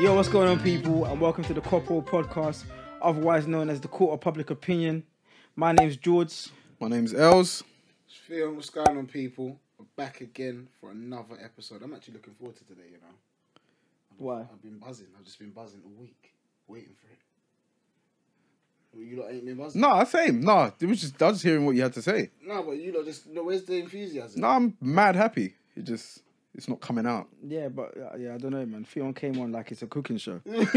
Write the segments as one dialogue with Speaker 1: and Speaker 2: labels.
Speaker 1: Yo, what's going on, people, and welcome to the Corporal Podcast, otherwise known as the Court of Public Opinion. My name's George.
Speaker 2: My name's Els.
Speaker 3: Feeling what's going on, people? I'm back again for another episode. I'm actually looking forward to today, you know.
Speaker 1: Why?
Speaker 3: I've been buzzing. I've just been buzzing all week, waiting for it. Well, you lot ain't been buzzing.
Speaker 2: Nah, same. Nah, it was just I was just hearing what you had to say.
Speaker 3: No, but you lot just. No, where's the enthusiasm?
Speaker 2: Nah, I'm mad happy. It just it's not coming out.
Speaker 1: Yeah, but uh, yeah, I don't know, man. Theon came on like it's a cooking show.
Speaker 3: Ow,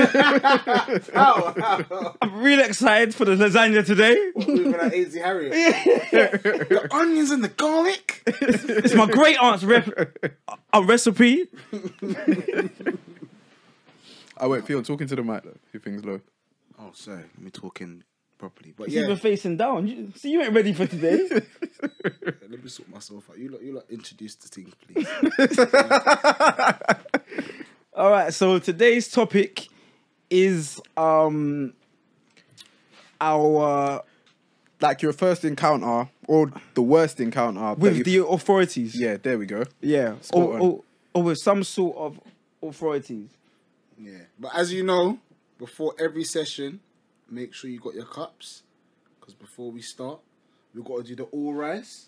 Speaker 3: ow.
Speaker 1: I'm real excited for the lasagna today.
Speaker 3: Moving like Ainsley Harriet. the onions and the garlic.
Speaker 1: It's my great aunt's rep- a recipe.
Speaker 2: I wait, Theo, talking to the mic though. Your thing's low.
Speaker 3: Oh, sorry. Let me talk in properly. But
Speaker 1: It's
Speaker 3: yeah,
Speaker 1: even facing down. You, so you ain't ready for today.
Speaker 3: let me sort myself out. You lot, you lot introduce the thing, please.
Speaker 1: All right, so today's topic is um our uh,
Speaker 2: Like your first encounter or the worst encounter that
Speaker 1: with
Speaker 2: you've-
Speaker 1: the authorities.
Speaker 2: Yeah, there we go.
Speaker 1: Yeah,
Speaker 2: Spot
Speaker 1: or,
Speaker 2: on.
Speaker 1: or, or with some sort of authorities.
Speaker 3: Yeah, but as you know, before every session, make sure you got your cups, because before we start, we got to do the all rise.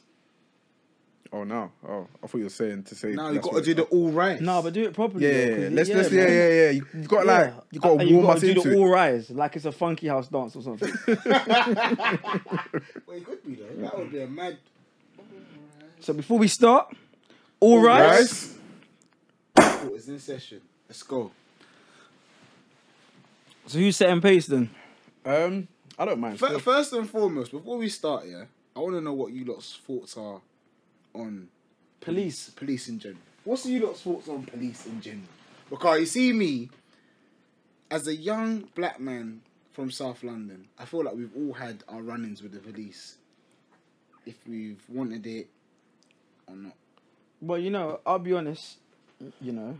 Speaker 2: Oh no. Oh, I thought you were saying to say
Speaker 3: Now you
Speaker 2: that's
Speaker 3: got to
Speaker 2: what-
Speaker 3: do the all rise.
Speaker 1: No, but do it properly.
Speaker 2: yeah,
Speaker 1: though,
Speaker 2: yeah, yeah.
Speaker 1: 'cause it-
Speaker 2: Let's let's yeah,
Speaker 1: man.
Speaker 2: yeah, yeah. You, you got like
Speaker 1: Yeah.
Speaker 2: you got
Speaker 1: And
Speaker 2: to warm
Speaker 1: gotta
Speaker 2: us
Speaker 1: do
Speaker 2: into
Speaker 1: the
Speaker 2: it.
Speaker 1: all rise like it's a funky house dance or something.
Speaker 3: Well, it could be though. That would be a mad.
Speaker 1: so before we start, all rise.
Speaker 2: Rice.
Speaker 3: Oh, it's in session. Let's go.
Speaker 1: So who's setting pace then?
Speaker 2: Um, I don't mind.
Speaker 3: F- first and foremost, before we start, yeah, I want to know what you lot's thoughts are on
Speaker 1: Police.
Speaker 3: police in general. What's you lot's thoughts on police in general? Because you see me as a young black man from South London, I feel like we've all had our run-ins with the police, if we've wanted it or not.
Speaker 1: Well, you know, I'll be honest. You know,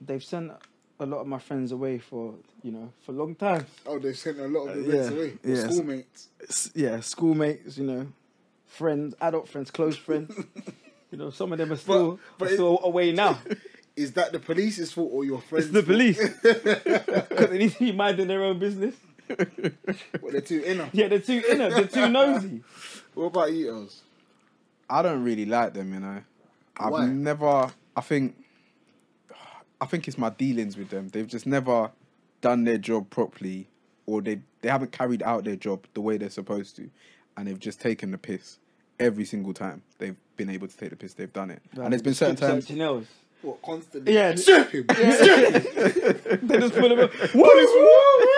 Speaker 1: they've sent a lot of my friends away for you know for long time.
Speaker 3: Oh, they've sent a lot of the
Speaker 1: Uh,
Speaker 3: reds
Speaker 1: yeah,
Speaker 3: away.
Speaker 1: yes.
Speaker 3: Schoolmates.
Speaker 1: S- Yeah, schoolmates. You know, friends, adult friends, close friends. you know, some of them are still
Speaker 3: but
Speaker 1: are
Speaker 3: it-
Speaker 1: still away now.
Speaker 3: Is that the police's fault or your friends?
Speaker 1: It's the
Speaker 3: fault?
Speaker 1: police. Because they need to be minding their own business.
Speaker 3: What, they're too inner.
Speaker 1: Yeah, they're too inner, they're too nosy.
Speaker 3: What about you, Els?
Speaker 2: I don't really like them, you know. I've
Speaker 3: Why?
Speaker 2: never. I think. I think it's my dealings with them. They've just never done their job properly, or they they haven't carried out their job the way they're supposed to, and they've just taken the piss every single time they've been able to take the piss. They've done it, and there's been certain times.
Speaker 1: Something else.
Speaker 3: What, constantly?
Speaker 1: Yeah.
Speaker 3: Strip him!
Speaker 1: They just pull them up. What is wrong?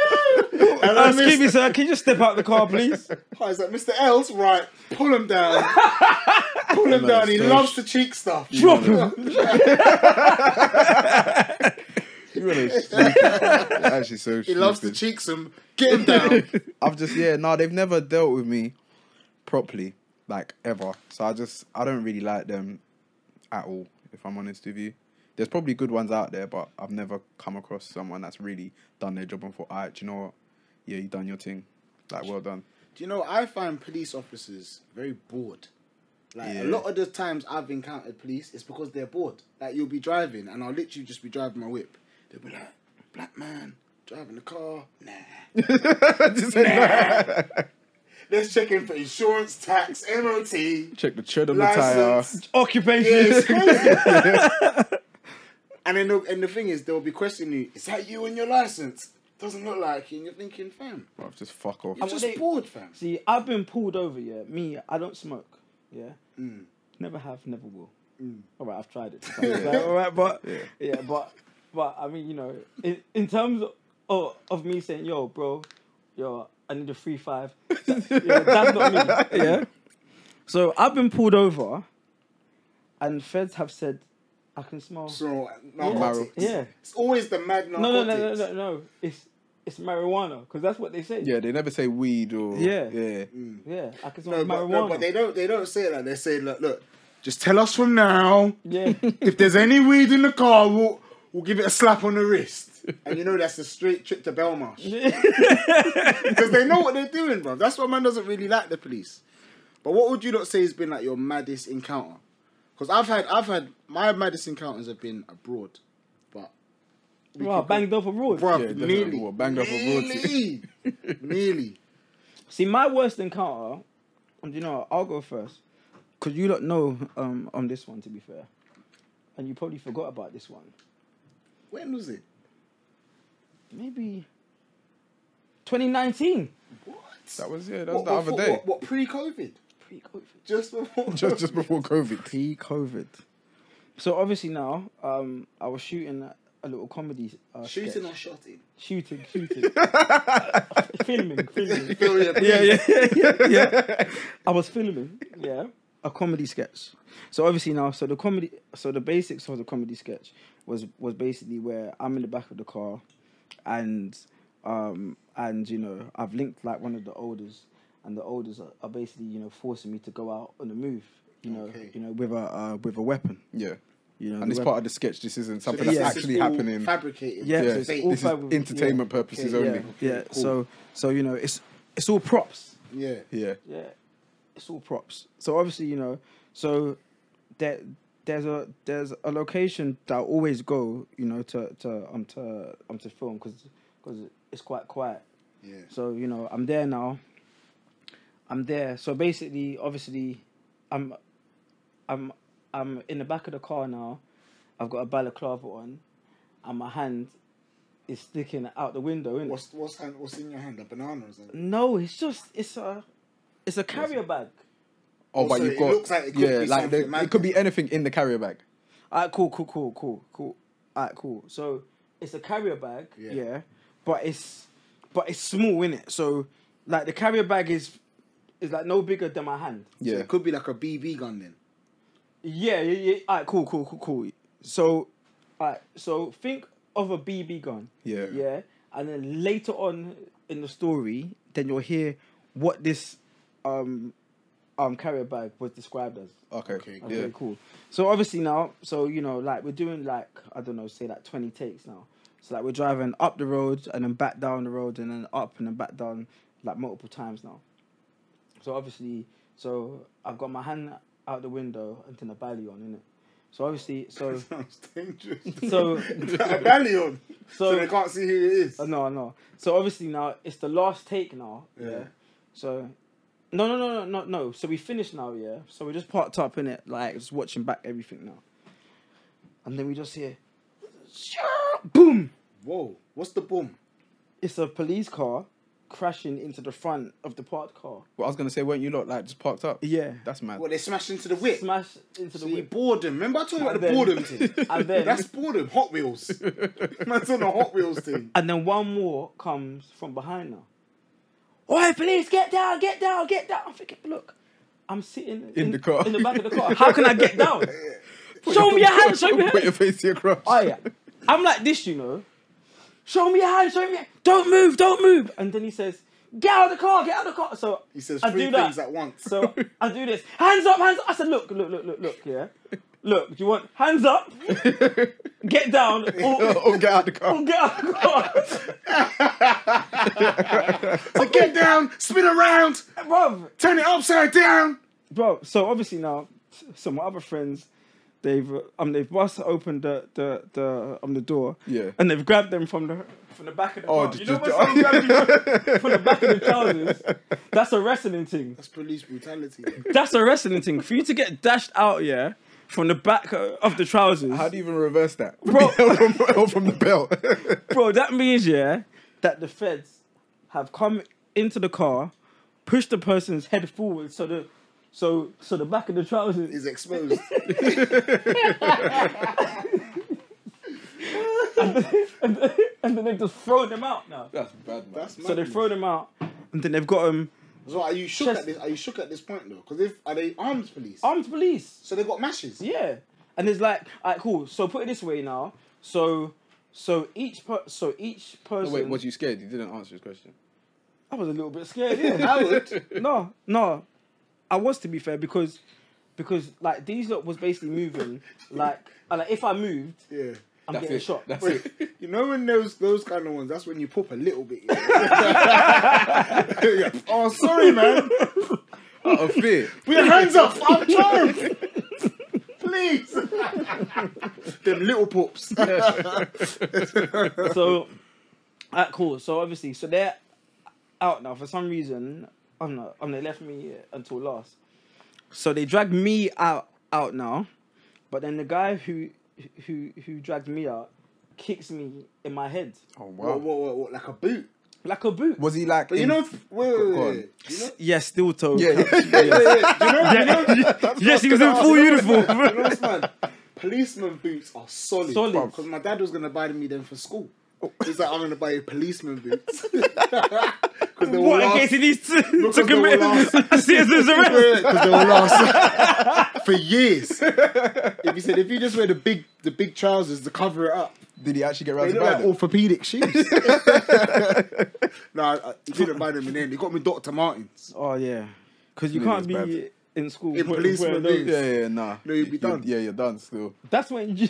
Speaker 3: And
Speaker 1: Uh,
Speaker 3: I
Speaker 1: excuse
Speaker 3: missed-
Speaker 1: me, sir, can you just step out the car, please?
Speaker 3: Oh, is that Mr. Els? Right, pull him down. pull him down. He
Speaker 2: so-
Speaker 3: loves to cheek stuff.
Speaker 1: Drop him.
Speaker 2: You're really stupid, bro. You're actually so
Speaker 3: He loves to
Speaker 2: stupid.
Speaker 3: cheeks him. Get him down.
Speaker 2: I've just yeah, no, they've never dealt with me properly, like ever. So I just I don't really like them at all, if I'm honest with you. There's probably good ones out there, but I've never come across someone that's really done their job and thought, alright, do you know what? Yeah, you done your thing. Like well done.
Speaker 3: Do you know, I find police officers very bored. Like,
Speaker 2: Yeah.
Speaker 3: a lot of the times I've encountered police, it's because they're bored. Like, you'll be driving, and I'll literally just be driving my whip. They'll be like, black man, driving the car. Nah.
Speaker 2: Just say,
Speaker 3: Let's check in for insurance, tax, MOT.
Speaker 2: Check the tread on
Speaker 3: License.
Speaker 1: Occupation.
Speaker 3: It's crazy. and then, they'll- and the thing is, they'll be questioning you. Is that you and your license? Doesn't look like you. And you're thinking, fam,
Speaker 2: the tire. Bruv, just fuck off.
Speaker 3: you're just
Speaker 1: they-
Speaker 3: bored, fam.
Speaker 1: See, I've been pulled over, yeah. Me, I don't smoke, yeah.
Speaker 3: Mm.
Speaker 1: Never have, never will. All right, I've tried it. So it's like, all right, but yeah.
Speaker 2: Yeah.
Speaker 1: but but I mean, you know, in, in terms of oh, of me saying, "Yo, bro, yo, I need a free five. that- yeah, that's not me. Yeah. So I've been pulled over, and feds have said, "I can smell."
Speaker 3: So narcotics.
Speaker 1: Yeah.
Speaker 3: It's always the mad narcotics.
Speaker 1: no, no, no, no, no, no. It's it's marijuana because that's what they say.
Speaker 2: Yeah, they never say weed or
Speaker 1: Yeah.
Speaker 2: Yeah.
Speaker 3: Mm.
Speaker 1: yeah. I can
Speaker 3: No,
Speaker 1: smell
Speaker 3: but,
Speaker 1: marijuana.
Speaker 3: no, but they don't. They don't say that. They say, look, look. Just tell us from now.
Speaker 1: yeah.
Speaker 3: If there's any weed in the car, we'll we'll give it a slap on the wrist. And you know that's a straight trip to Belmarsh. because they know what they're doing, bro. That's why man doesn't really like the police. But what would you not say has been like your maddest encounter? Because I've had, I've had my maddest encounters have been abroad, but we
Speaker 1: Bro,
Speaker 3: could-
Speaker 1: banged off a road.
Speaker 3: Bruv,
Speaker 2: Yeah, definitely
Speaker 3: nearly.
Speaker 2: would. Banged up a road
Speaker 3: nearly. nearly.
Speaker 1: See, my worst encounter, and you know, what, I'll go first. Because you don't know um, on this one, to be fair. And you probably forgot about this one.
Speaker 3: When was it?
Speaker 1: Maybe 2019.
Speaker 3: What?
Speaker 2: That was yeah. That was
Speaker 3: What-
Speaker 2: the
Speaker 3: what-
Speaker 2: other
Speaker 3: what-
Speaker 2: day.
Speaker 3: What, what, pre-COVID?
Speaker 1: Pre COVID.
Speaker 3: Just before.
Speaker 2: Just just before COVID.
Speaker 1: Pre COVID. So obviously now, um, I was shooting a- a little comedy. Uh,
Speaker 3: shooting
Speaker 1: sketch.
Speaker 3: or shotting?
Speaker 1: Shooting, shooting. filming, filming.
Speaker 3: yeah, yeah.
Speaker 1: yeah, yeah. I was filming, yeah, a comedy sketch. So obviously now, so the comedy, so the basics of the comedy sketch was was basically where I'm in the back of the car, and um and you know I've linked like one of the olders, and the olders are, are basically you know forcing me to go out on the move, you know,
Speaker 3: Okay.
Speaker 1: you know with a uh, with a weapon,
Speaker 2: Yeah.
Speaker 1: you know,
Speaker 2: And
Speaker 1: the
Speaker 2: it's
Speaker 1: weapon-
Speaker 2: part of the sketch. This isn't something
Speaker 1: this
Speaker 2: that's
Speaker 1: is
Speaker 2: actually
Speaker 3: all
Speaker 2: happening.
Speaker 3: Fabricated.
Speaker 1: Yeah,
Speaker 2: Yeah,
Speaker 1: so
Speaker 2: this
Speaker 1: it's
Speaker 3: fake.
Speaker 1: all
Speaker 2: is
Speaker 1: fab-
Speaker 2: entertainment
Speaker 1: yeah.
Speaker 2: purposes
Speaker 3: Okay,
Speaker 1: yeah,
Speaker 2: only.
Speaker 1: yeah.
Speaker 3: Cool.
Speaker 1: So so you know it's it's all props.
Speaker 3: Yeah.
Speaker 2: Yeah.
Speaker 1: Yeah, it's all props. So obviously, you know, so there, there's a there's a location that I always go, you know, to to um to um to film because it's quite quiet.
Speaker 3: Yeah.
Speaker 1: So you know, I'm there now. I'm there. So basically, obviously, I'm, I'm, I'm in the back of the car now. I've got a balaclava on, and my hand is sticking out the window. Innit?
Speaker 3: What's what's hand, what's in your hand? A banana or something?
Speaker 1: No, it's just it's a, it's a carrier bag.
Speaker 2: Oh, but
Speaker 3: Also,
Speaker 2: you've
Speaker 3: it
Speaker 2: got
Speaker 3: looks like it could
Speaker 2: yeah,
Speaker 3: be
Speaker 2: like
Speaker 3: something
Speaker 2: there-
Speaker 3: mad.
Speaker 2: it could be anything in the carrier bag.
Speaker 1: Alright, cool, cool, cool, cool, cool. Alright, cool. So it's a carrier bag,
Speaker 3: Yeah.
Speaker 1: yeah. but it's but it's small in it. So like the carrier bag is is like no bigger than my hand.
Speaker 3: So
Speaker 2: Yeah.
Speaker 3: it could be like a BB gun then.
Speaker 1: Yeah, yeah, yeah. Alright, cool, cool, cool, cool. So, alright, so think of a BB gun.
Speaker 2: Yeah.
Speaker 1: Yeah, and then later on in the story, then you'll hear what this um um carrier bag was described as.
Speaker 2: Okay.
Speaker 3: Okay,
Speaker 1: Okay,
Speaker 2: Yeah.
Speaker 1: cool. So obviously now, so you know, like we're doing like I don't know, say like twenty takes now. So like we're driving up the road and then back down the road and then up and then back down like multiple times now. So obviously, so I've got my hand out the window and then the belly on, innit? So obviously, so
Speaker 3: Sounds dangerous.
Speaker 1: so
Speaker 3: a belly on, so,
Speaker 1: So-
Speaker 3: they can't see who it is.
Speaker 1: uh, no, no. So obviously now it's the last take now. Yeah.
Speaker 3: Yeah.
Speaker 1: So no, no, no, no, no, no. So we finished now. Yeah. So we're just parked up in it, like just watching back everything now. And then we just hear, boom!
Speaker 3: Whoa, what's the boom?
Speaker 1: It's a police car crashing into the front of the parked car.
Speaker 2: Well, I was gonna say, weren't you lot like just parked up?
Speaker 1: Yeah.
Speaker 2: That's mad.
Speaker 3: Well, they smashed into the whip.
Speaker 1: Smash into the
Speaker 3: See,
Speaker 1: whip.
Speaker 3: boredom. Remember I told you about
Speaker 1: And
Speaker 3: the
Speaker 1: then-
Speaker 3: boredom thing.
Speaker 1: and then-
Speaker 3: that's boredom. Hot Wheels. Man's on the Hot Wheels thing.
Speaker 1: And then one more comes from behind now. Oi, police, get down, get down, get down. I'm thinking, look, I'm sitting
Speaker 2: In the car.
Speaker 1: In the back of the car. How can I get down? show me your hand, show me your
Speaker 2: Put
Speaker 1: hand.
Speaker 2: your face to your crotch.
Speaker 1: Oh, yeah. I'm like this, you know. Show me your hand, show me. your- Don't move, don't move. And then he says, get out of the car, get out of the car. So
Speaker 3: He says
Speaker 1: I
Speaker 3: three
Speaker 1: do that.
Speaker 3: things at once.
Speaker 1: So I do this. Hands up, hands up. I said, look, look, look, look, look, yeah. Look, do you want hands up, get down, or,
Speaker 2: oh, get out the car.
Speaker 1: or get out of the car.
Speaker 3: So get down, spin around,
Speaker 1: Bruv,
Speaker 3: turn it upside down.
Speaker 1: bro. So obviously now, some other friends, they've uh, um they've bust open the the the um the door.
Speaker 2: Yeah.
Speaker 1: And they've grabbed them from the from the back of the
Speaker 2: Oh,
Speaker 1: car.
Speaker 2: did
Speaker 1: You know
Speaker 2: you-
Speaker 1: when someone grabs you from the back of the trousers? That's a wrestling thing.
Speaker 3: That's police brutality.
Speaker 1: That's a wrestling thing. For you to get dashed out, yeah, from the back uh, of the trousers,
Speaker 2: How do you even reverse that?
Speaker 1: Bro.
Speaker 2: from, from the belt.
Speaker 1: bro. That means yeah, that the feds have come into the car, pushed the person's head forward, so the so so the back of the trousers
Speaker 3: Is exposed.
Speaker 1: and, then- and then they've just thrown them out now.
Speaker 2: That's bad, man.
Speaker 3: That's
Speaker 1: So they
Speaker 3: madness.
Speaker 1: throw them out, and then they've got them
Speaker 3: So are you shook
Speaker 1: Chest-
Speaker 3: at this? Are you shook at this point though? Because if are they armed police?
Speaker 1: armed police.
Speaker 3: so they got mashes.
Speaker 1: Yeah, and it's like, all right, cool. So put it this way now. So, so each per- so each person.
Speaker 2: Wait, was you scared? You didn't answer his question.
Speaker 1: I was a little bit scared. Yeah.
Speaker 3: I would.
Speaker 1: no, no, I was to be fair because because like these lot was basically moving like and, like if I moved,
Speaker 3: Yeah.
Speaker 1: I'm
Speaker 2: That's
Speaker 1: getting
Speaker 2: it.
Speaker 1: shot.
Speaker 2: That's
Speaker 3: Wait,
Speaker 2: it.
Speaker 3: you know in those those kind of ones, that's when you pop a little bit. yeah. Yeah. Oh, sorry, man.
Speaker 2: Out of fear.
Speaker 3: Put your hands up. I'm charmed. Please. they them little pups.
Speaker 1: so, alright, cool. So obviously, so they're out now for some reason. I don't know. um, they left me until last. So they dragged me out out now, but then the guy who who who dragged me out kicks me in my head
Speaker 2: Oh wow.
Speaker 3: what, what, what, what, like a boot.
Speaker 1: like a boot.
Speaker 2: Was he like?
Speaker 3: But you
Speaker 2: in-
Speaker 3: know, if- wait, wait,
Speaker 2: Go
Speaker 3: wait,
Speaker 2: on.
Speaker 3: wait. You know,
Speaker 1: Yeah, steel toe.
Speaker 2: Yeah, yeah.
Speaker 3: wait, wait, wait. You know, you know,
Speaker 1: yes, he was in full uniform.
Speaker 3: you know what's mad? Policeman boots are solid.
Speaker 1: Solid.
Speaker 3: Because my dad was gonna buy me them for school. He's like, I'm gonna buy you policeman boots. Because they will
Speaker 1: What in case
Speaker 3: last.
Speaker 1: he needs to, to
Speaker 3: Because they
Speaker 1: commit
Speaker 3: will last.
Speaker 1: citizen's arrest?
Speaker 3: Because they will last for years. If he said, if you just wear the big, the big trousers to cover it up,
Speaker 2: Did he actually get around
Speaker 3: They
Speaker 2: to
Speaker 3: look
Speaker 2: buy
Speaker 3: like
Speaker 2: them?
Speaker 3: orthopedic shoes. no, I, I- he didn't buy them in the end. He got me Dr. Martens.
Speaker 1: Oh yeah, because you
Speaker 2: Really
Speaker 1: can't be
Speaker 2: bad.
Speaker 1: in school.
Speaker 3: In
Speaker 1: with-
Speaker 3: police
Speaker 1: with
Speaker 3: with
Speaker 1: those.
Speaker 3: these.
Speaker 2: Yeah, yeah, nah.
Speaker 3: No, you'd be
Speaker 2: You-
Speaker 3: done.
Speaker 2: Yeah, you're done still.
Speaker 1: That's when you.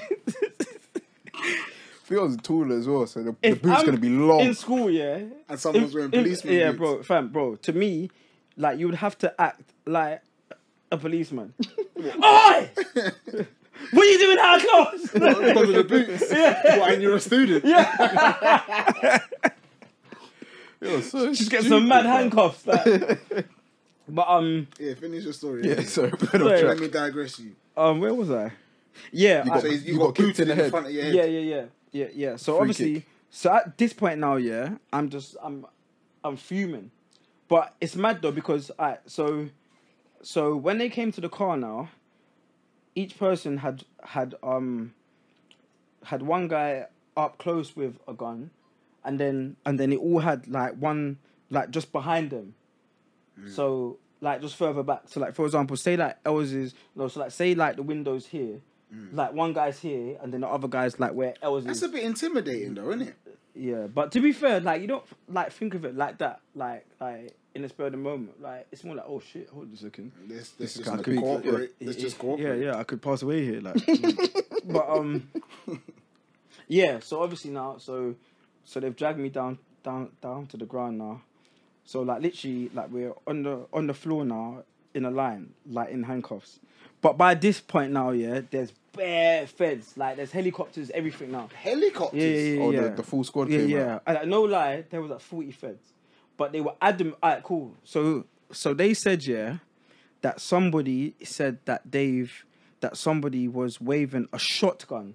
Speaker 2: Theo's tall as well, so the, the
Speaker 1: If
Speaker 2: boot's
Speaker 1: I'm
Speaker 2: gonna be long.
Speaker 1: in school. Yeah,
Speaker 3: And someone's wearing policeman
Speaker 1: Yeah,
Speaker 3: boots.
Speaker 1: bro, fam, bro. To me, like you would have to act like a policeman. Oi! what are you doing in our class?
Speaker 3: Because of the boots.
Speaker 1: Yeah.
Speaker 3: What, and you're a student.
Speaker 2: Yo, so
Speaker 1: Just get
Speaker 2: stupid,
Speaker 1: some mad
Speaker 2: bro.
Speaker 1: handcuffs. Like. But um
Speaker 3: Yeah, finish your story.
Speaker 2: Yeah, sorry, but
Speaker 1: Sorry.
Speaker 2: on
Speaker 3: Let
Speaker 2: track.
Speaker 3: me digress you.
Speaker 1: um, where was I? Yeah,
Speaker 2: You
Speaker 1: I-
Speaker 2: got-
Speaker 3: So he's- you,
Speaker 2: you
Speaker 3: got,
Speaker 2: got kicked
Speaker 3: booted
Speaker 2: in the
Speaker 3: in
Speaker 2: head.
Speaker 3: front of your head.
Speaker 1: yeah, yeah, yeah, yeah, yeah. So
Speaker 2: Free
Speaker 1: obviously,
Speaker 2: kick.
Speaker 1: so at this point now, yeah, I'm just, I'm, I'm fuming, but it's mad though because I so, so when they came to the car now, each person had had um, had one guy up close with a gun, and then and then it all had like one like just behind them,
Speaker 3: Mm.
Speaker 1: so like just further back. So like for example, say like Els is no, so like say like the windows here. Like one guy's here, and then the other guy's like where Els
Speaker 3: Mm. That's
Speaker 1: is.
Speaker 3: a bit intimidating, though, isn't it?
Speaker 1: Yeah, but to be fair, like you don't like think of it like that, like like in the spur of the moment. Like it's more like oh shit, hold on a second.
Speaker 3: Let's, let's just
Speaker 2: kinda peak,
Speaker 3: cooperate.
Speaker 2: yeah.
Speaker 3: Let's
Speaker 1: Yeah,
Speaker 3: just
Speaker 1: yeah,
Speaker 3: cooperate.
Speaker 1: Yeah, yeah, I could pass away here, like. but um, yeah. So obviously now, so so they've dragged me down, down, down to the ground now. So like literally, like we're on the on the floor now in a line, like in handcuffs. But by this point now, yeah, there's bare feds, like there's helicopters, everything now.
Speaker 3: Helicopters.
Speaker 1: Yeah, yeah, yeah.
Speaker 2: Oh,
Speaker 1: yeah.
Speaker 2: the, the full squad
Speaker 1: Yeah,
Speaker 2: came
Speaker 1: yeah.
Speaker 2: out.
Speaker 1: And, uh, no lie, there was like 40 feds. But they were adamant. All right, cool. So, so they said, yeah, that somebody said that they've, that somebody was waving a shotgun.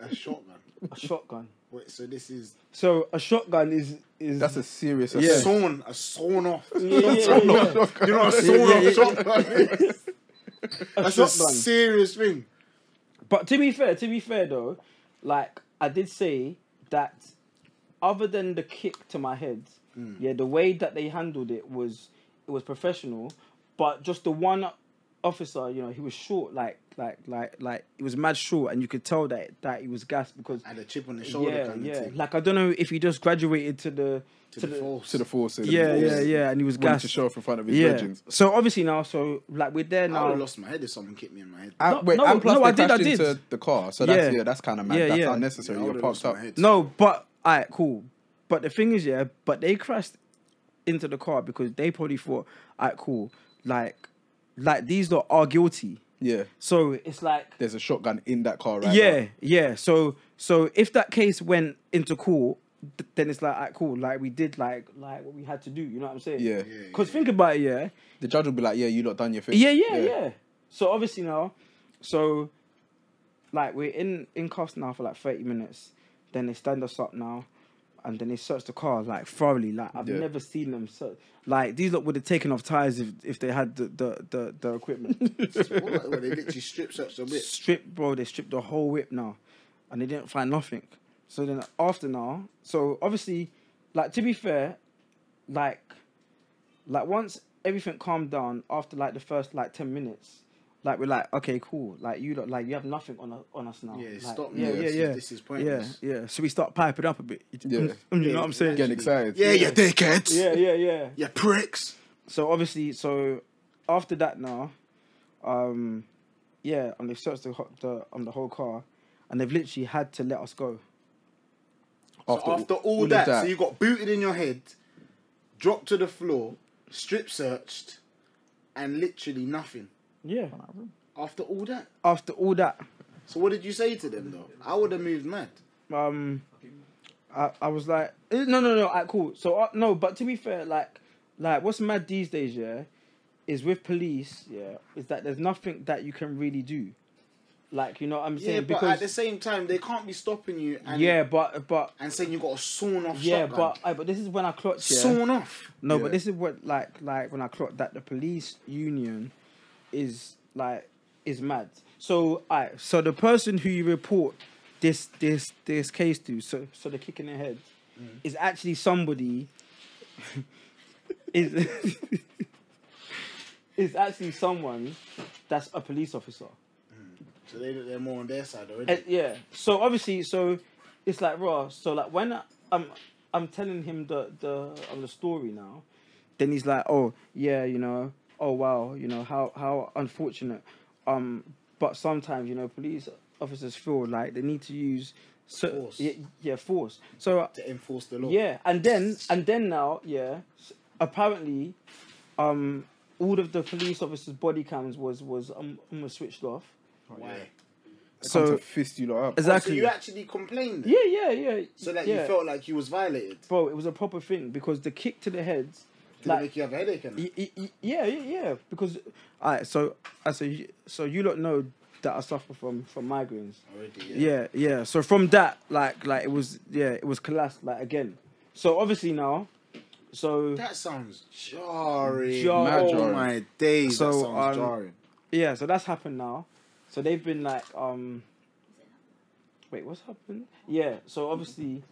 Speaker 3: A shotgun.
Speaker 1: A shotgun.
Speaker 3: Wait, so this is
Speaker 1: So a shotgun is, is
Speaker 2: That's a serious
Speaker 3: a
Speaker 2: assault.
Speaker 3: sawn, a sawn off.
Speaker 1: yeah, yeah, yeah, yeah.
Speaker 3: You know, a sawn off shotgun. is?
Speaker 1: a
Speaker 3: That's a
Speaker 1: shotgun.
Speaker 3: serious thing.
Speaker 1: But to be fair, to be fair though, like I did say that other than the kick to my head,
Speaker 2: Mm.
Speaker 1: yeah, the way that they handled it was it was professional, but just the one officer, you know, he was short, like like like like it was mad short, and you could tell that that he was gassed because
Speaker 3: And a chip on the shoulder
Speaker 1: yeah
Speaker 3: kind of
Speaker 1: yeah,
Speaker 3: thing.
Speaker 1: like I don't know if he just graduated to the to,
Speaker 3: to the
Speaker 1: the,
Speaker 3: force.
Speaker 2: To the force.
Speaker 1: yeah
Speaker 2: the
Speaker 1: yeah
Speaker 2: force.
Speaker 1: yeah, and he was
Speaker 2: Wanted
Speaker 1: gassed.
Speaker 2: to show off in front of his
Speaker 1: yeah.
Speaker 2: legends.
Speaker 1: So obviously now, so like we're there
Speaker 3: I
Speaker 1: now.
Speaker 3: would have lost my head if someone kicked me in my head.
Speaker 2: And,
Speaker 1: No,
Speaker 2: wait,
Speaker 1: no,
Speaker 2: and plus
Speaker 1: no,
Speaker 2: they
Speaker 1: I did, I
Speaker 2: crashed into
Speaker 1: did.
Speaker 2: the car, so that's
Speaker 1: Yeah.
Speaker 2: yeah, that's kind of mad.
Speaker 1: Yeah,
Speaker 2: that's
Speaker 1: yeah.
Speaker 2: unnecessary.
Speaker 3: I
Speaker 2: You're
Speaker 3: would've
Speaker 2: pumped
Speaker 3: lost
Speaker 2: up.
Speaker 3: my head.
Speaker 1: No, but alright, cool. But the thing is, yeah, but they crashed into the car because they probably thought, alright, cool, like, like these lot are guilty.
Speaker 2: Yeah,
Speaker 1: So it's like,
Speaker 2: there's a shotgun in that car right
Speaker 1: yeah,
Speaker 2: now.
Speaker 1: yeah. So, so if that case went into court, th- then it's like, alright, cool, like we did, like, like what we had to do. You know what I'm saying?
Speaker 2: Yeah.
Speaker 3: Yeah,
Speaker 1: Because think about it, yeah.
Speaker 2: The judge will be like, "Yeah, you lot done your thing."
Speaker 1: Yeah, yeah, yeah, So obviously now, so like we're in in cuffs now for like thirty minutes. Then they stand us up now, and then they search the car like thoroughly. Like I've
Speaker 2: Yeah.
Speaker 1: never seen them so like these lot would have taken off tires if if they had the the the, the equipment.
Speaker 3: What, what, they literally strip searched a bit.
Speaker 1: Strip, bro. They stripped the whole whip now, and they didn't find nothing. So then after now, so obviously, like to be fair, like, like once everything calmed down after like the first like ten minutes, like we're like okay, cool. Like you lot, like you have nothing on on us now.
Speaker 3: Yeah,
Speaker 1: like,
Speaker 3: stop
Speaker 1: Yeah,
Speaker 3: now.
Speaker 1: yeah,
Speaker 3: This is-
Speaker 1: yeah.
Speaker 3: this is
Speaker 1: yeah,
Speaker 3: pointless.
Speaker 1: yeah. So we start piping up a bit.
Speaker 2: Yeah.
Speaker 1: you know what I'm saying?
Speaker 2: Getting excited.
Speaker 3: Yeah, you dickheads.
Speaker 1: Yeah, yeah, yeah.
Speaker 3: You pricks.
Speaker 1: So obviously, so after that now, um, yeah, and they searched the ho- the um the whole car, and they've literally had to let us go.
Speaker 3: So After, all,
Speaker 2: of
Speaker 3: that, so you got booted in your head, dropped to the floor, strip searched, and literally nothing.
Speaker 1: Yeah.
Speaker 3: After all that,
Speaker 1: After all that,
Speaker 3: So what did you say to them though? I would have moved mad.
Speaker 1: um, I, I was like, eh, no, no, no, alright, cool. So uh, no, but to be fair, like, like what's mad these days, yeah, is with police, yeah, is that there's nothing that you can really do, like you know what I'm saying
Speaker 3: Yeah, but
Speaker 1: because
Speaker 3: at the same time, they can't be stopping you and
Speaker 1: yeah, but but
Speaker 3: and saying you got a sawn off.
Speaker 1: yeah,
Speaker 3: shotgun.
Speaker 1: but aye, but this is when I clocked yeah.
Speaker 3: sawn off.
Speaker 1: No,
Speaker 2: Yeah.
Speaker 1: but this is what like like when I clocked that the police union is like is mad. So I so the person who you report this this this case to, so so the kick in the head is actually somebody is is actually someone that's a police officer.
Speaker 3: So they they're more on their side already.
Speaker 1: Uh, yeah. So obviously, so it's like raw. So like when I- I'm I'm telling him the the on the story now, then he's like, oh yeah, you know, oh wow, you know how how unfortunate. Um, but sometimes you know police officers feel like they need to use so
Speaker 3: Force.
Speaker 1: Yeah, yeah force. So
Speaker 3: to enforce the law.
Speaker 1: yeah, and then and then now, yeah. s- Apparently, um, all of the police officers' body cams was was um, um switched off.
Speaker 3: Why?
Speaker 2: So
Speaker 1: So
Speaker 2: fist you lot up.
Speaker 3: Oh, so
Speaker 1: exactly.
Speaker 3: you actually complained. then?
Speaker 1: yeah, yeah, yeah.
Speaker 3: So like
Speaker 1: yeah.
Speaker 3: you felt like you was violated.
Speaker 1: bro, it was a proper thing because the kick to the heads,
Speaker 3: Did it
Speaker 1: like,
Speaker 3: make you have a headache? And that?
Speaker 1: y- y- y- yeah, yeah, yeah, because, alright, so, I so, you- so you lot know that I suffer from from migraines.
Speaker 3: already. Yeah.
Speaker 1: Yeah, yeah. So from that, like, like it was, yeah, it was collapsed, like again. So obviously now, so
Speaker 3: That sounds jarring.
Speaker 1: Jar-
Speaker 2: Mad
Speaker 3: oh
Speaker 2: jarring.
Speaker 3: my days. that
Speaker 1: So,
Speaker 3: sounds
Speaker 1: um,
Speaker 3: jarring.
Speaker 1: yeah, so that's happened now. So they've been like, um, wait, what's happened? Yeah, so obviously.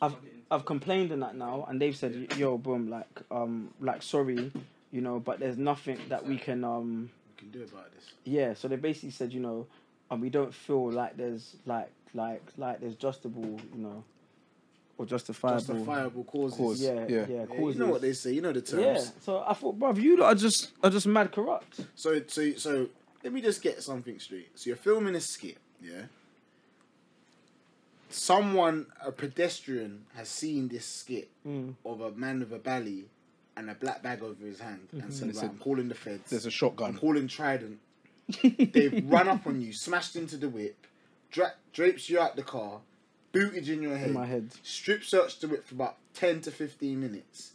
Speaker 1: I've I've complained on that now, and they've said, "Yo, boom, like, um, like, sorry, you know, but there's nothing that we can, um,
Speaker 3: You can do about this.
Speaker 1: yeah." So they basically said, you know, um, we don't feel like there's like like like there's justable, you know, or justifiable,
Speaker 3: Justifiable causes.
Speaker 2: Cause.
Speaker 1: yeah,
Speaker 2: Yeah.
Speaker 1: yeah,
Speaker 2: Yeah,
Speaker 3: Yeah,
Speaker 1: causes.
Speaker 3: you know what they say. You know the terms.
Speaker 1: yeah. So I thought, bruv, you lot are just are just mad corrupt.
Speaker 3: So so so let me just get something straight. So you're filming a skit, yeah. Someone, a pedestrian, has seen this skit
Speaker 1: Mm.
Speaker 3: of a man with a belly and a black bag over his hand
Speaker 1: Mm-hmm.
Speaker 3: and said, right, I'm calling the feds.
Speaker 2: There's a
Speaker 3: I'm
Speaker 2: shotgun.
Speaker 3: calling Trident. They've run up on you, smashed into the whip, dra- drapes you out the car, booted you in your head,
Speaker 1: my head.
Speaker 3: strip searched the whip for about 10 to 15 minutes,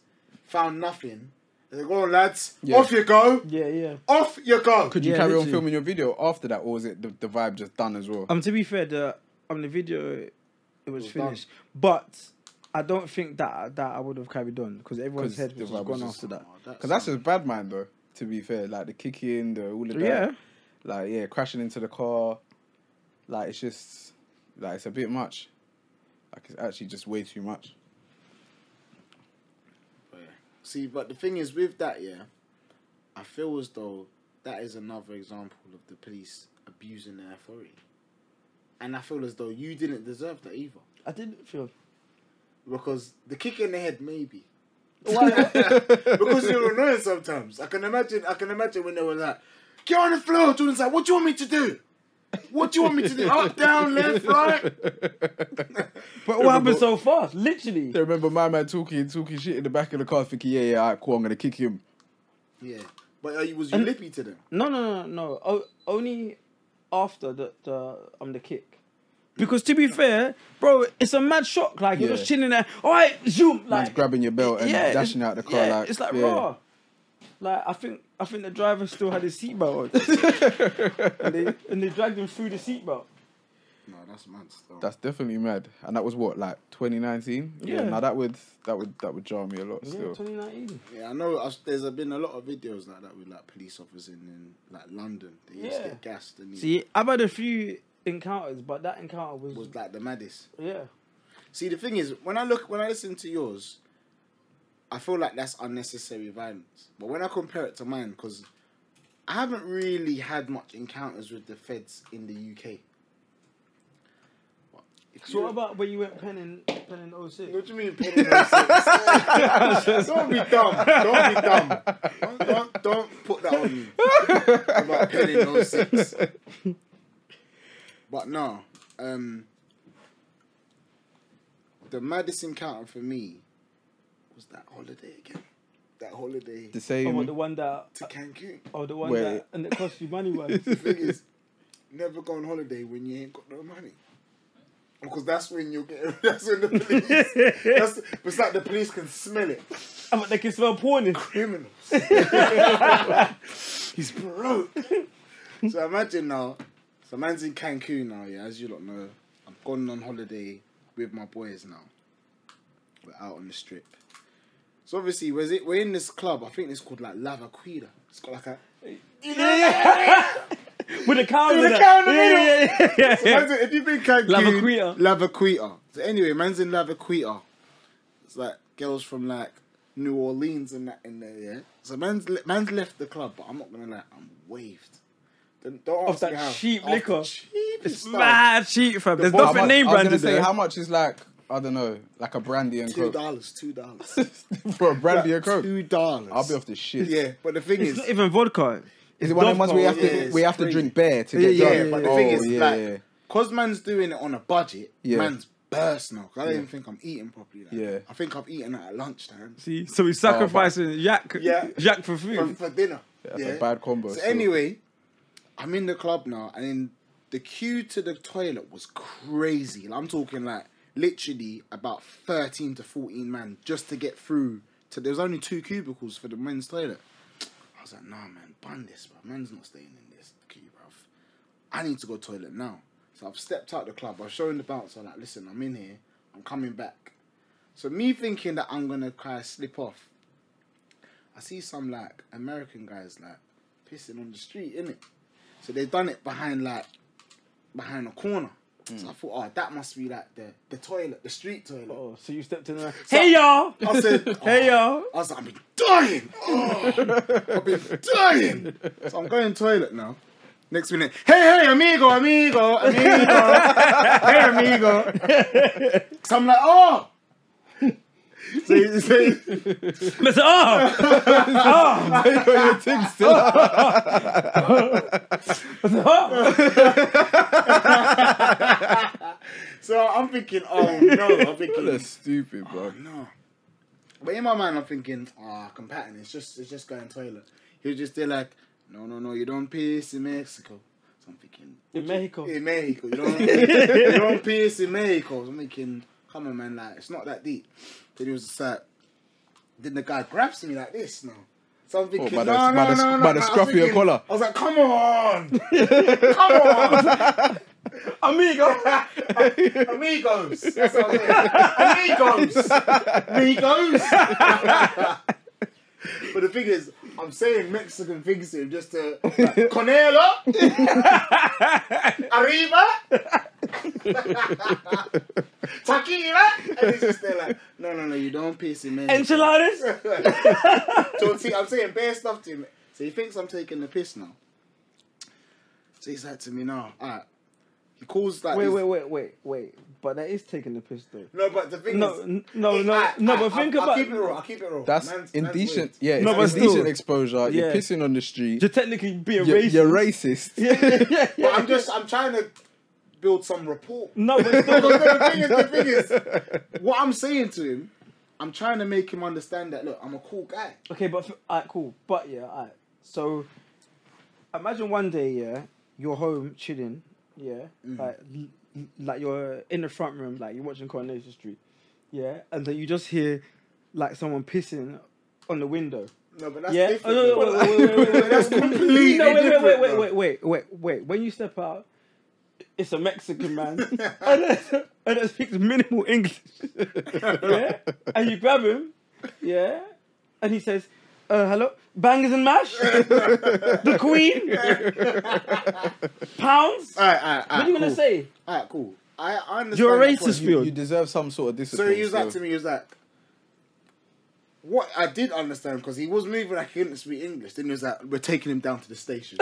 Speaker 3: found nothing. They go on, lads,
Speaker 2: Yeah.
Speaker 3: off you go,
Speaker 1: Yeah, yeah.
Speaker 3: off you go.
Speaker 2: Could you
Speaker 1: Yeah,
Speaker 2: carry on
Speaker 1: literally.
Speaker 2: filming your video after that, or was it the, the vibe just done as well?
Speaker 1: Um, to be fair, the um the video, it was,
Speaker 3: was done.
Speaker 1: finished, but I don't think that that I would have carried on because everyone's
Speaker 2: 'Cause
Speaker 1: head
Speaker 2: the
Speaker 1: was
Speaker 2: vibe
Speaker 1: just
Speaker 2: was
Speaker 1: gone
Speaker 2: just-
Speaker 1: after that.
Speaker 2: Because that's just bad mind though. To be fair, like the kicking, the all of that.
Speaker 1: Yeah.
Speaker 2: Like yeah, crashing into the car. Like it's just like it's a bit much. Like it's actually just way too much.
Speaker 3: See, but the thing is, with that, yeah, I feel as though that is another example of the police abusing their authority. And I feel as though you didn't deserve that either.
Speaker 1: I didn't feel.
Speaker 3: Because the kick in the head, maybe. because you're annoying sometimes. I can imagine. I can imagine when they were like, "Get on the floor." Jordan's like, "What do you want me to do? What do you want me to do? Up, down, left, right."
Speaker 1: But what happened so fast? Literally.
Speaker 2: They remember my man talking, talking shit in the back of the car, thinking, yeah, yeah, alright, cool, I'm gonna kick him.
Speaker 3: Yeah, but uh, was you lippy to them?
Speaker 1: No, no, no, no. O- only after the the um the kick. Because to be fair, bro, it's a mad shock. Like you're
Speaker 2: Yeah.
Speaker 1: just chilling there. All right, zoom.
Speaker 2: Man's
Speaker 1: Like
Speaker 2: grabbing your belt and
Speaker 1: yeah,
Speaker 2: dashing
Speaker 1: it's-
Speaker 2: out the car.
Speaker 1: yeah,
Speaker 2: like
Speaker 1: it's like
Speaker 2: yeah.
Speaker 1: raw. Like I think I think the driver still had his seatbelt on, and they and they dragged him through the seatbelt.
Speaker 3: No, that's mad stuff.
Speaker 2: That's definitely mad. And that was what, like 2019?
Speaker 1: Yeah.
Speaker 2: Now that would that would that would jar me a lot
Speaker 1: Yeah,
Speaker 2: still.
Speaker 1: 2019.
Speaker 3: Yeah, I know. I've, there's uh, been a lot of videos like that with like police officers in like London. They used to
Speaker 1: Yeah.
Speaker 3: get gassed and it
Speaker 1: See, I've had a few encounters, but that encounter was,
Speaker 3: was like the maddest.
Speaker 1: yeah.
Speaker 3: See, the thing is, when I look, when I listen to yours, I feel like that's unnecessary violence. But when I compare it to mine, because I haven't really had much encounters with the feds in the UK. What- if
Speaker 1: So
Speaker 3: you-
Speaker 1: what about when you went penning penning 06?
Speaker 3: What do you mean? penny nonsense? don't be dumb. Don't be dumb. Don't, don't, don't put that on me about penny nonsense. But no, um, the maddest encounter for me was that holiday again. That holiday
Speaker 2: The
Speaker 1: Oh,
Speaker 2: same
Speaker 1: what, the one that
Speaker 3: to Cancun.
Speaker 1: oh the one
Speaker 2: Wait.
Speaker 1: that and it cost you money one.
Speaker 3: The thing is, never go on holiday when you ain't got no money. Because that's when you'll get. That's when the police. that's, it's like the police can smell it.
Speaker 1: I mean, they can smell porn. in-
Speaker 3: Criminals. He's broke. so imagine now. So man's in Cancun now. Yeah, as you lot know, I've gone on holiday with my boys now. We're out on the strip. So obviously, was it? We're in this club. I think it's called like Lava Quida. It's got like a.
Speaker 1: With a cow in
Speaker 3: With
Speaker 1: the
Speaker 3: a cow in the
Speaker 1: Yeah, yeah, yeah, yeah,
Speaker 3: So
Speaker 1: yeah.
Speaker 3: man's in- if you've been Cancun,
Speaker 1: Lavaquita.
Speaker 3: Lavaquita. So anyway, man's in Lavaquita. It's like girls from like New Orleans and that in there. Yeah. So man's le- man's left the club, but I'm not gonna lie, I'm waved. Don't, don't ask
Speaker 1: Off that
Speaker 3: me how.
Speaker 1: cheap
Speaker 3: Off
Speaker 1: liquor.
Speaker 3: the Cheap
Speaker 1: It's
Speaker 3: stuff.
Speaker 1: mad cheap, fam. There's
Speaker 3: bottom-
Speaker 2: How
Speaker 1: nothing
Speaker 2: much-
Speaker 1: name
Speaker 2: I was gonna
Speaker 1: branded
Speaker 2: say
Speaker 1: there.
Speaker 2: how much is like I don't know, like a brandy and
Speaker 3: Two
Speaker 2: coke
Speaker 3: dollars. Two dollars.
Speaker 2: for a brandy and coke.
Speaker 3: Two dollars.
Speaker 2: I'll be off the shit.
Speaker 3: Yeah, but the thing
Speaker 1: It's
Speaker 3: is,
Speaker 1: not even vodka.
Speaker 2: Is it one of the ones we have
Speaker 3: yeah,
Speaker 2: to
Speaker 3: it's
Speaker 2: we have to
Speaker 3: crazy.
Speaker 2: drink beer to
Speaker 1: Yeah,
Speaker 2: get
Speaker 1: yeah,
Speaker 2: done?
Speaker 3: yeah, but the
Speaker 2: oh,
Speaker 3: thing is,
Speaker 2: yeah,
Speaker 3: like, cause man's doing it on a budget.
Speaker 2: Yeah.
Speaker 3: Man's burst now. 'cause I don't even think I'm eating properly. Like.
Speaker 2: Yeah.
Speaker 3: I think I've eaten at lunchtime.
Speaker 1: See, so he's sacrificing yak,
Speaker 3: Oh, Yeah.
Speaker 1: yak for
Speaker 3: for,
Speaker 1: food.
Speaker 3: for dinner.
Speaker 2: that's a bad combo.
Speaker 3: So,
Speaker 2: still.
Speaker 3: anyway, I'm in the club now, and in the queue to the toilet was crazy. Like, I'm talking like literally about 13 to 14 man just to get through. To there was only two cubicles for the men's toilet. I was like, nah, man, ban this, bro. Man's not staying in this queue, bruv. I need to go toilet now. So I've stepped out the club. I've shown the bouncer like, listen, I'm in here. I'm coming back. So me thinking that I'm gonna kind of slip off. I see some like American guys like pissing on the street, innit? So they done it behind like behind a corner. So I thought, oh, that must be like the the toilet, the street toilet.
Speaker 1: Oh, so you stepped in there. hey y'all.
Speaker 3: I said,
Speaker 1: Hey
Speaker 3: "Oh."
Speaker 1: y'all.
Speaker 3: I was like, I've been dying. Oh, I've been dying. So I'm going toilet now. Next minute, hey, hey, amigo, amigo, amigo, hey, amigo. So I'm like, oh. So, so,
Speaker 1: Mr. Oh, oh,
Speaker 2: You got your thing still up.
Speaker 1: Mr. Oh.
Speaker 3: so I'm thinking, oh no, I'm thinking,
Speaker 2: That's stupid, bro.
Speaker 3: no. But in my mind, I'm thinking, ah, oh, compatting. It's just, it's just going toilet. He was just there like, no, no, no, you don't piss in Mexico. So I'm thinking,
Speaker 1: In Mexico.
Speaker 3: in Mexico. You don't, you don't piss in Mexico. I'm thinking, come on, man, like it's not that deep. Then he was just like, then the guy grabs me like this now. So I'm thinking,
Speaker 2: Oh, by the-
Speaker 3: no, no,
Speaker 2: by the-
Speaker 3: no, no,
Speaker 2: by the
Speaker 3: no. I was
Speaker 2: scruff of your
Speaker 3: thinking-
Speaker 2: collar.
Speaker 3: I was like, come on, come
Speaker 1: Amigo.
Speaker 3: on, amigos, That's what I was like. amigos, amigos. But the thing is, I'm saying Mexican things to him just to like, Conelo, Arriba, Tequila, and he's just there like, no, no, no, you don't piss him, man.
Speaker 1: Enchiladas.
Speaker 3: So see, I'm saying bare stuff to him. So he thinks I'm taking the piss now. So he's like to me now, alright. He calls like
Speaker 1: Wait,
Speaker 3: he's-
Speaker 1: wait, wait, wait, wait. But that is taking the piss though.
Speaker 3: No, but the thing
Speaker 1: No,
Speaker 3: is,
Speaker 1: n- no,
Speaker 3: Hey,
Speaker 1: no,
Speaker 3: I-
Speaker 1: no.
Speaker 3: I-
Speaker 1: But think
Speaker 3: I'll, I'll
Speaker 1: about
Speaker 3: keep it raw. I'll keep it raw.
Speaker 2: That's
Speaker 3: Man's- man's
Speaker 2: indecent.
Speaker 3: weird.
Speaker 2: yeah, it's
Speaker 1: No, but
Speaker 2: indecent
Speaker 1: still.
Speaker 2: exposure. You're
Speaker 1: Yeah.
Speaker 2: pissing on the street.
Speaker 1: you're technically being
Speaker 2: you're,
Speaker 1: racist.
Speaker 2: you're racist.
Speaker 1: yeah, yeah, yeah.
Speaker 3: But I'm just, I'm trying to build some rapport.
Speaker 1: No, but still,
Speaker 3: No, no, the thing is, the thing is, what I'm saying to him, I'm trying to make him understand that look, I'm a cool guy.
Speaker 1: Okay, but f- alright, cool. But yeah, alright. So imagine one day, yeah, you're home chilling, yeah, like l- l- like you're in the front room, like you're watching Coronation Street, yeah, and then you just hear like someone pissing on the window.
Speaker 3: No, but that's
Speaker 1: yeah.
Speaker 3: different.
Speaker 1: Oh, no,
Speaker 3: though.
Speaker 1: wait, wait, wait, wait, wait, wait.
Speaker 3: That's completely
Speaker 1: No, wait, wait, wait,
Speaker 3: different,
Speaker 1: wait,
Speaker 3: though.
Speaker 1: wait, wait, wait, wait. When you step out, it's a Mexican man, and it, and it speaks minimal English. yeah, and you grab him, yeah, and he says, uh, "Hello, bangers and mash, the Queen, pounds."
Speaker 3: All right, all right, all
Speaker 1: what
Speaker 3: right,
Speaker 1: are you gonna
Speaker 3: Ah, cool.
Speaker 1: say?
Speaker 3: All right, cool. I, I understand.
Speaker 1: You're a
Speaker 3: that point.
Speaker 1: racist,
Speaker 2: You,
Speaker 1: Field.
Speaker 2: you deserve some sort of discipline.
Speaker 3: So he was like to
Speaker 2: still.
Speaker 3: me, he was like, what I did understand because he was moving like he couldn't speak English. Then he was like, we're taking him down to the station.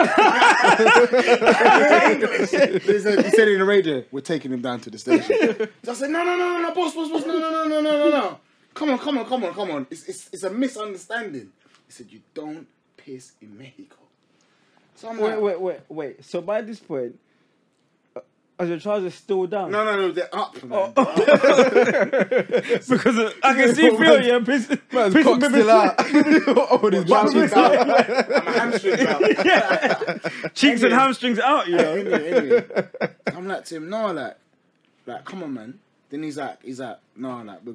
Speaker 3: English. He said, he said in the radio, we're taking him down to the station. So I said, no, no, no, no, no, boss, boss, boss, no, no, no, no, no, no, no. Come on, come on, come on, come on. It's, it's, it's a misunderstanding. He said, you don't piss in Mexico. So I'm
Speaker 1: Wait,
Speaker 3: like,
Speaker 1: wait, wait, wait. So by this point, uh, As your trousers still down.
Speaker 3: No, no, no, they're up.
Speaker 1: Oh,
Speaker 3: Man.
Speaker 1: because of- I can see Phil, yeah, piss,
Speaker 2: Man's
Speaker 1: pissing
Speaker 2: cock's still out. oh, his
Speaker 3: Wow,
Speaker 2: mouth
Speaker 3: she's
Speaker 2: is
Speaker 1: Wow.
Speaker 2: out.
Speaker 3: out. I'm a hamstring out.
Speaker 1: cheeks and hamstrings out, you know.
Speaker 3: Anyway, anyway. I'm like to him, no, like, like, come on, man. Then he's like, he's like, no, like, we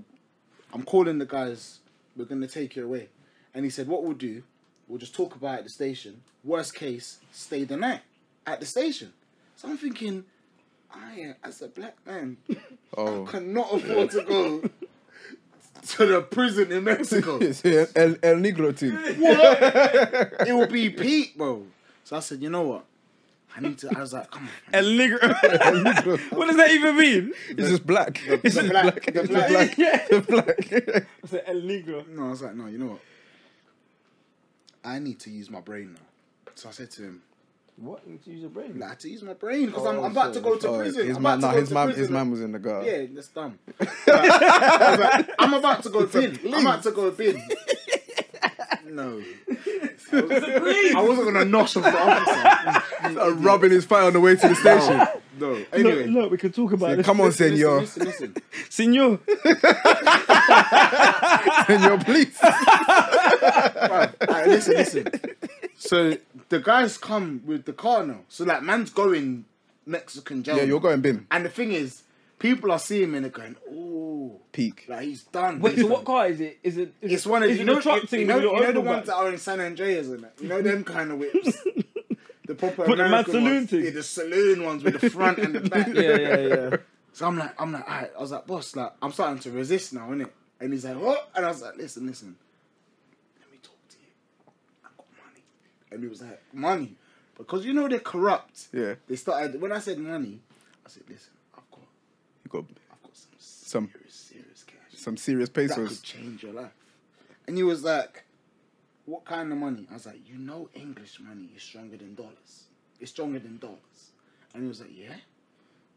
Speaker 3: I'm calling the guys. We're gonna take you away. And he said, what we'll do, we'll just talk about it at the station. Worst case, stay the night at the station. So I'm thinking, I, as a black man,
Speaker 2: Oh.
Speaker 3: cannot afford to go to the prison in Mexico.
Speaker 2: It's El, El El Negro team.
Speaker 3: it will be Pete, bro. So I said, you know what? I need to. I was like, come on.
Speaker 1: And linger. what does that even mean?
Speaker 2: It's just black. It's
Speaker 3: the
Speaker 2: just
Speaker 3: black-
Speaker 2: black.
Speaker 3: the
Speaker 2: It's
Speaker 3: black-
Speaker 2: just black.
Speaker 1: Yeah.
Speaker 2: It's black.
Speaker 1: I said El Negro.
Speaker 3: No, I was like, no, you know what? I need to use my brain now. So I said to him,
Speaker 1: What? You need to use your brain.
Speaker 3: like, I have to use my brain because I'm,
Speaker 1: Oh,
Speaker 3: I'm about to
Speaker 1: so-
Speaker 3: go to
Speaker 2: Oh,
Speaker 3: prison.
Speaker 2: his
Speaker 3: I'm
Speaker 2: man,
Speaker 3: about
Speaker 2: nah,
Speaker 3: to go
Speaker 2: his
Speaker 3: to
Speaker 2: man,
Speaker 3: prison.
Speaker 2: his man was in the gutter.
Speaker 3: Yeah, that's dumb. I was like, I'm about to go bin. I'm about to go bin. No. I, was, not going to nosh on the officer.
Speaker 2: Uh, rubbing his thigh on the way to the station.
Speaker 3: No.
Speaker 1: Look,
Speaker 3: Anyway.
Speaker 1: look, we can talk about this.
Speaker 2: Come on,
Speaker 3: Oh. Listen,
Speaker 2: senor,
Speaker 3: Listen, listen, listen.
Speaker 1: Senor.
Speaker 2: senor, please.
Speaker 3: Alright, listen, listen. So the guys come with the car now. So like man's going Mexican jail.
Speaker 2: Yeah, you're going bin.
Speaker 3: And the thing is, people are seeing him and they're going, "Oh,
Speaker 2: Peak.
Speaker 3: like he's done."
Speaker 1: Wait,
Speaker 3: he's
Speaker 1: so what
Speaker 3: done."
Speaker 1: car is it? Is it? Is
Speaker 3: It's one of
Speaker 1: is
Speaker 3: you
Speaker 1: it
Speaker 3: know,
Speaker 1: the truck
Speaker 3: you,
Speaker 1: thing.
Speaker 3: you know,
Speaker 1: with the
Speaker 3: you know the
Speaker 1: open
Speaker 3: ones
Speaker 1: back?
Speaker 3: that are in San Andreas and that. You know them kind of whips. The proper
Speaker 1: But the mad
Speaker 3: American
Speaker 1: saloon
Speaker 3: ones.
Speaker 1: thing.
Speaker 3: Yeah, the saloon ones with the front and the back.
Speaker 1: Yeah, yeah, yeah.
Speaker 3: So I'm like, I'm like, all right. I was like, boss, like, I'm starting to resist now, innit? And he's like, what? And I was like, listen, listen. Let me talk to you. I got money. And he was like, money. Because you know they're corrupt.
Speaker 2: Yeah.
Speaker 3: They started, when I said money, I said, listen, I've got,
Speaker 2: You got
Speaker 3: I've got some serious,
Speaker 2: Some-
Speaker 3: serious cash.
Speaker 2: some serious
Speaker 3: That
Speaker 2: pesos.
Speaker 3: could change your life. And he was like, what kind of money? I was like, you know English money is stronger than dollars. It's stronger than dollars. And he was like, yeah?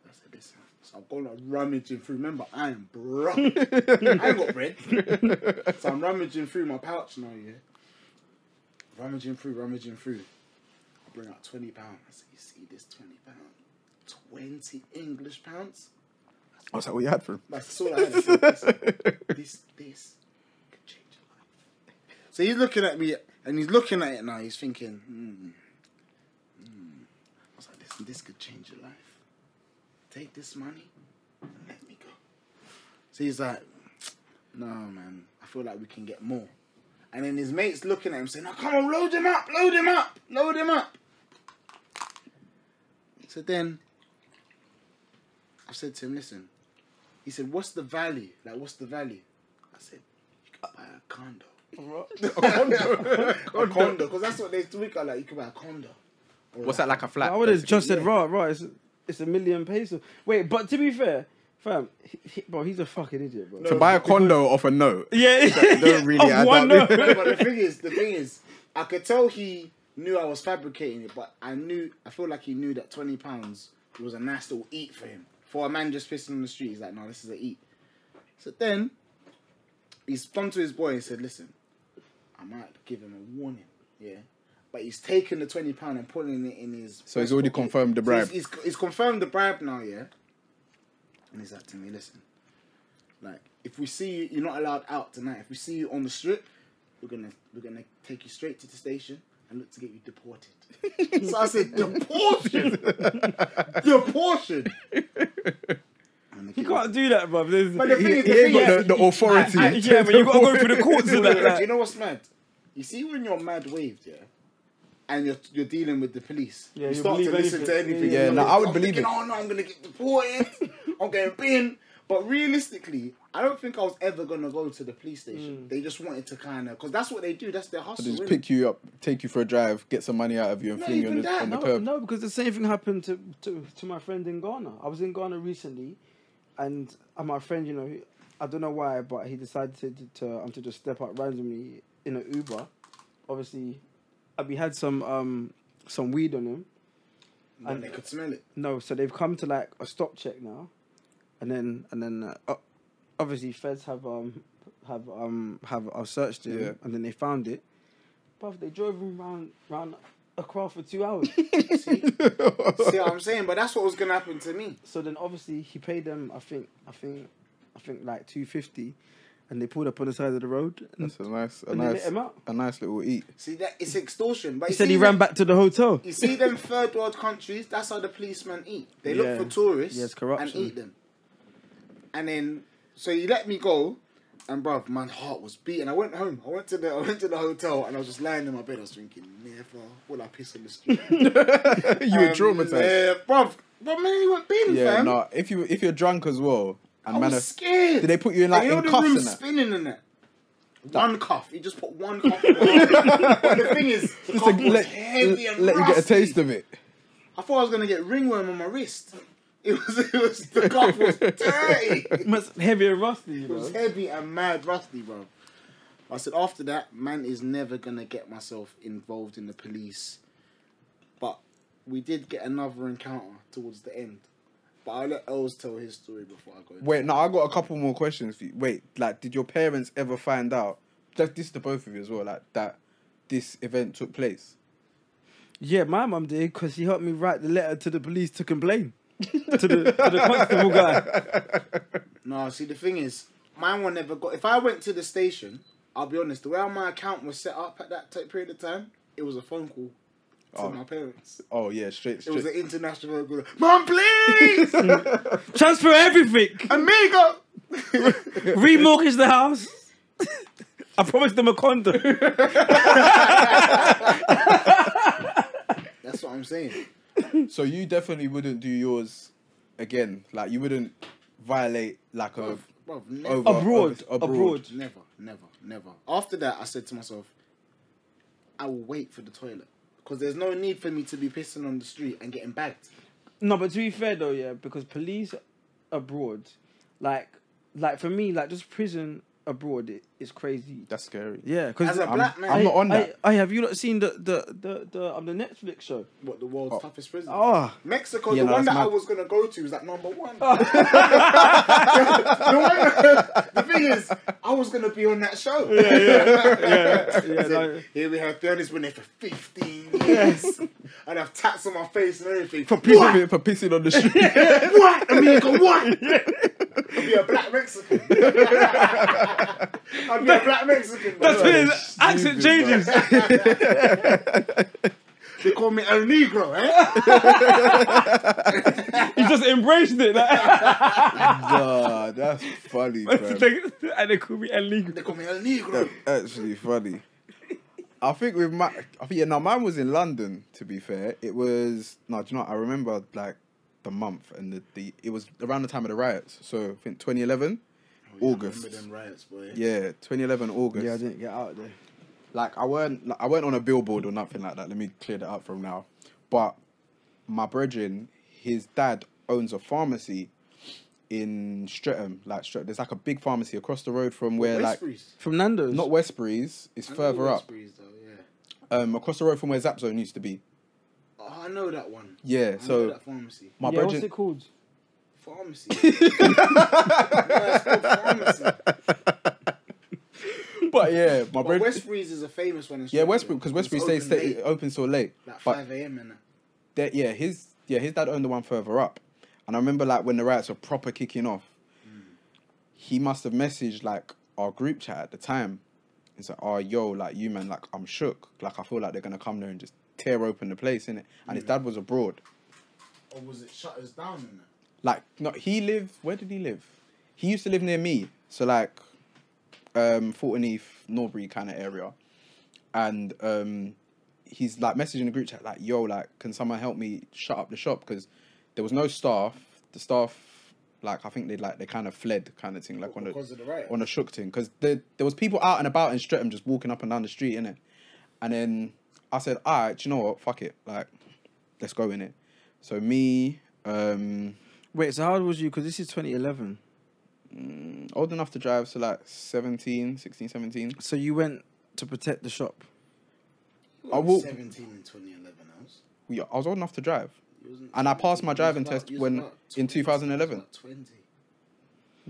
Speaker 3: I said, listen, so I'm going to rummaging through. Remember, I am broke. I ain't got bread. so I'm rummaging through my pouch now, yeah? Rummaging through, rummaging through. I bring out £20. I said, you see this £20? 20 English pounds?
Speaker 2: I was like, what you had for him?
Speaker 3: That's all I had. I said, listen, this, this could change your life. So he's looking at me, and he's looking at it now. He's thinking, hmm, hmm. I was like, listen, this could change your life. Take this money and let me go. So he's like, no, man, I feel like we can get more. And then his mate's looking at him saying, oh, come on, load him up, load him up, load him up. So then I said to him, listen, he said, what's the value? Like, what's the value? I said, you can buy a condo. A condo, because that's what they tweak are like. You can buy a condo. Or
Speaker 2: What's that like a flat?
Speaker 1: I would have just said,
Speaker 3: yeah.
Speaker 1: right, right, it's, it's a million pesos. Wait, but to be fair, fam, he, he, bro, he's a fucking idiot, bro.
Speaker 2: to buy a condo off a note.
Speaker 1: yeah,
Speaker 2: don't really
Speaker 1: of
Speaker 2: add
Speaker 1: one
Speaker 2: up.
Speaker 1: note.
Speaker 3: No, but the thing is, the thing is, I could tell he knew I was fabricating it, but I knew, I feel like he knew that twenty pounds was a nice little eat for him. For a man just pissing on the street, he's like, no, this is a eat. So then, he's gone to his boy and said, listen, I might give him a warning, yeah. But he's taken the twenty pound and putting it in his.
Speaker 2: So he's already confirmed the
Speaker 3: So he's-
Speaker 2: bribe.
Speaker 3: He's, he's confirmed the bribe now, yeah. And he's like to me, listen, like if we see you, you're not allowed out tonight. If we see you on the strip, we're gonna we're gonna take you straight to the station and look to get you deported. so I said, deported, deported.
Speaker 1: You can't do that, bro. There's,
Speaker 3: But the thing
Speaker 2: He,
Speaker 3: is,
Speaker 2: he
Speaker 3: the
Speaker 2: ain't
Speaker 3: thing
Speaker 2: got the,
Speaker 3: is,
Speaker 2: the authority.
Speaker 3: I- I-
Speaker 1: yeah, but you gotta go through the courts and that.
Speaker 3: Do you
Speaker 1: Like,
Speaker 3: know what's mad? You see when you're mad waved, yeah, and you're you're dealing with the police.
Speaker 1: Yeah, you
Speaker 3: you start to
Speaker 1: believe
Speaker 3: listen to
Speaker 1: anything.
Speaker 3: anything.
Speaker 1: Yeah,
Speaker 2: yeah, no, I would
Speaker 3: I'm
Speaker 2: believe
Speaker 3: thinking,
Speaker 2: it.
Speaker 3: Oh no, I'm gonna get deported. I'm getting binned. But realistically, I don't think I was ever gonna go to the police station. They just wanted to kind of, cause that's what they do. That's their hustle.
Speaker 2: just
Speaker 3: innit?
Speaker 2: pick you up, take you for a drive, get some money out of you, and
Speaker 3: Not
Speaker 2: fling you on
Speaker 3: even
Speaker 2: the,
Speaker 3: that,
Speaker 2: on the
Speaker 1: no,
Speaker 2: curb.
Speaker 1: no, because the same thing happened to, to to my friend in Ghana. I was in Ghana recently, and uh, my friend, you know, he- I don't know why, but he decided to to, um, to just step out randomly in an Uber. Obviously, uh, we had some um some weed on him.
Speaker 3: and they could smell it.
Speaker 1: No, so they've come to like a stop check now, and then and then uh, o- obviously feds have um have um have uh, searched him,
Speaker 2: Yeah.
Speaker 1: and then they found it. But they drove him round round Accra for two hours.
Speaker 3: See what I'm saying? But that's what was gonna happen to me.
Speaker 1: so then obviously he paid them. I think I think I think like two fifty, and they pulled up on the side of the road. And
Speaker 2: That's a nice, a
Speaker 1: And they let
Speaker 2: nice,
Speaker 1: him out.
Speaker 2: a nice little eat.
Speaker 3: See that it's extortion. But
Speaker 1: he
Speaker 3: you
Speaker 1: said
Speaker 3: see
Speaker 1: he
Speaker 3: them-
Speaker 1: ran back to the hotel.
Speaker 3: You see them third world countries, that's how the policemen eat. They
Speaker 1: Yeah.
Speaker 3: look for tourists
Speaker 1: Yeah, it's corruption.
Speaker 3: and eat them. And then so you let me go and bruv, my heart was beating. I went home. I went to the I went to the hotel and I was just lying in my bed. I was thinking, never will I piss on the street.
Speaker 2: you were
Speaker 3: Um,
Speaker 2: traumatized.
Speaker 3: Yeah, bruv. But man, you went bin,
Speaker 2: Yeah,
Speaker 3: fam.
Speaker 2: no. If you if you're drunk as well, and
Speaker 3: I
Speaker 2: man,
Speaker 3: was scared.
Speaker 2: did they put you in, like,
Speaker 3: and you
Speaker 2: in
Speaker 3: know the
Speaker 2: cuffs
Speaker 3: room
Speaker 2: and that?
Speaker 3: spinning in it? One cuff. He just put one cuff. in my arm. but the thing is, the
Speaker 2: just
Speaker 3: cuff
Speaker 2: to
Speaker 3: was
Speaker 2: let,
Speaker 3: heavy and
Speaker 2: let you get a
Speaker 3: rusty.
Speaker 2: taste of it.
Speaker 3: I thought I was gonna get ringworm on my wrist. It was, it was the cuff was dirty. It
Speaker 1: Must heavy and rusty, you know.
Speaker 3: was heavy and mad rusty, bro. I said after that, man is never gonna get myself involved in the police. But we did get another encounter towards the end. But I'll let Els tell his story before I go. into
Speaker 2: Wait, no, I got a couple more questions for you. Wait, like, did your parents ever find out? That this to both of you as well, like that. This event took place.
Speaker 1: Yeah, my mum did because she helped me write the letter to the police to complain to the to the constable guy.
Speaker 3: No, see the thing is, mine one never got. If I went to the station, I'll be honest. The way how my account was set up at that t- period of time, it was a phone call to
Speaker 2: Oh.
Speaker 3: my parents.
Speaker 2: Oh yeah, straight,
Speaker 3: It was an
Speaker 2: straight.
Speaker 3: international phone call. Mom, please,
Speaker 1: Transfer everything.
Speaker 3: amigo.
Speaker 1: Remortgage the house. I promised them a condom.
Speaker 3: That's what I'm saying.
Speaker 2: so you definitely wouldn't do yours again. Like you wouldn't violate like a
Speaker 3: Bro, never,
Speaker 2: over,
Speaker 1: Abroad,
Speaker 2: over-
Speaker 1: abroad.
Speaker 3: never, never, never. After that, I said to myself, I will wait for the toilet because there's no need for me to be pissing on the street and getting bagged.
Speaker 1: No, but to be fair though, yeah, because police abroad, like, like for me, like just prison abroad, it, it's crazy.
Speaker 2: That's scary.
Speaker 1: Yeah, because
Speaker 3: As a black man,
Speaker 2: I'm not on that.
Speaker 1: I, have you not seen the the the the um, the Netflix show?
Speaker 3: what the world's toughest prison?
Speaker 1: Oh,
Speaker 3: Mexico,
Speaker 2: Yeah,
Speaker 3: the
Speaker 2: no,
Speaker 3: one that
Speaker 2: that's
Speaker 3: I
Speaker 2: mad.
Speaker 3: was gonna go to was like number one. the, one the thing is, I was gonna be on that show. Yeah,
Speaker 1: yeah, no.
Speaker 3: Here we have Bernie's been there for 15 years. I'd have tats on my face and everything.
Speaker 2: For pissing,
Speaker 3: what?
Speaker 2: for pissing on the street.
Speaker 3: What? Amigo, what? I'd be a black Mexican. I'd be a black Mexican.
Speaker 1: that's
Speaker 3: bro.
Speaker 1: when his accent changes.
Speaker 3: They call me El Negro, eh?
Speaker 1: he just embraced it, like,
Speaker 2: nah, that's funny, bro.
Speaker 1: and they call me illegal.
Speaker 3: They call me El Negro.
Speaker 2: actually funny. I think with my, I think yeah, no, mine was in London. To be fair, it was no, do you know? what? I remember like the month and the, the it was around the time of the riots. So I think 2011, August.
Speaker 3: Remember them riots, boy.
Speaker 2: Yeah, 2011 August.
Speaker 1: Yeah, I didn't get out there.
Speaker 2: like I weren't like, I weren't on a billboard or nothing like that. Let me clear that up from now. But my brethren, his dad owns a pharmacy in Streatham. Like Streatham, there's like a big pharmacy across the road from where like
Speaker 3: Westbury's.
Speaker 1: From Nando's.
Speaker 2: not Westbury's. It's
Speaker 3: I know
Speaker 2: further up.
Speaker 3: Westbury's though, yeah.
Speaker 2: Um, across the road from where Zapzone used to be.
Speaker 3: Oh, I know that one.
Speaker 2: Yeah.
Speaker 3: I know
Speaker 2: So
Speaker 3: that pharmacy.
Speaker 2: my
Speaker 1: yeah, what's
Speaker 2: brethren,
Speaker 1: it called?
Speaker 3: Pharmacy. no, it's called pharmacy.
Speaker 2: but yeah, my
Speaker 3: But
Speaker 2: brethren.
Speaker 3: Westbury's is a famous one. in
Speaker 2: yeah,
Speaker 3: Australia.
Speaker 2: Westbury because
Speaker 3: It's
Speaker 2: Westbury
Speaker 3: open
Speaker 2: stays uh, stay,
Speaker 3: late,
Speaker 2: open till late.
Speaker 3: like
Speaker 2: but
Speaker 3: five a.m. and that.
Speaker 2: that yeah, his yeah, his dad owned the one further up. And I remember like when the riots were proper kicking off, he must have messaged like our group chat at the time. It's like, oh yo, like you man, like I'm shook. Like I feel like they're gonna come there and just tear open the place, innit? And his dad was abroad.
Speaker 3: Or was it shut us down and that?
Speaker 2: Like no he lived where did he live? He used to live near me. So like um Fulton Heath, Norbury kind of area. And um he's like messaging the group chat like, "Yo, like, can someone help me shut up the shop?" Because there was no staff. The staff, like, I think they like they kind of fled, kind of thing, like on
Speaker 3: Because
Speaker 2: the
Speaker 3: of the riot.
Speaker 2: on the shook thing. Because there there was people out and about in Streatham just walking up and down the street in it. And then I said, "All right, do you know what? Fuck it, like, let's go in it." So me, um,
Speaker 1: Wait, so how old was you? Because this is 2011.
Speaker 2: old enough to drive, so like 17, 16, 17.
Speaker 1: So you went to protect the shop.
Speaker 3: You
Speaker 2: I
Speaker 3: were
Speaker 2: walk-
Speaker 3: Seventeen in twenty eleven. Else.
Speaker 2: We, I was old enough to drive.
Speaker 3: You wasn't
Speaker 2: And I passed my
Speaker 3: 17, you
Speaker 2: driving
Speaker 3: was about-
Speaker 2: test
Speaker 3: you was
Speaker 2: when-
Speaker 3: about
Speaker 2: in 2011.
Speaker 3: you was about Twenty.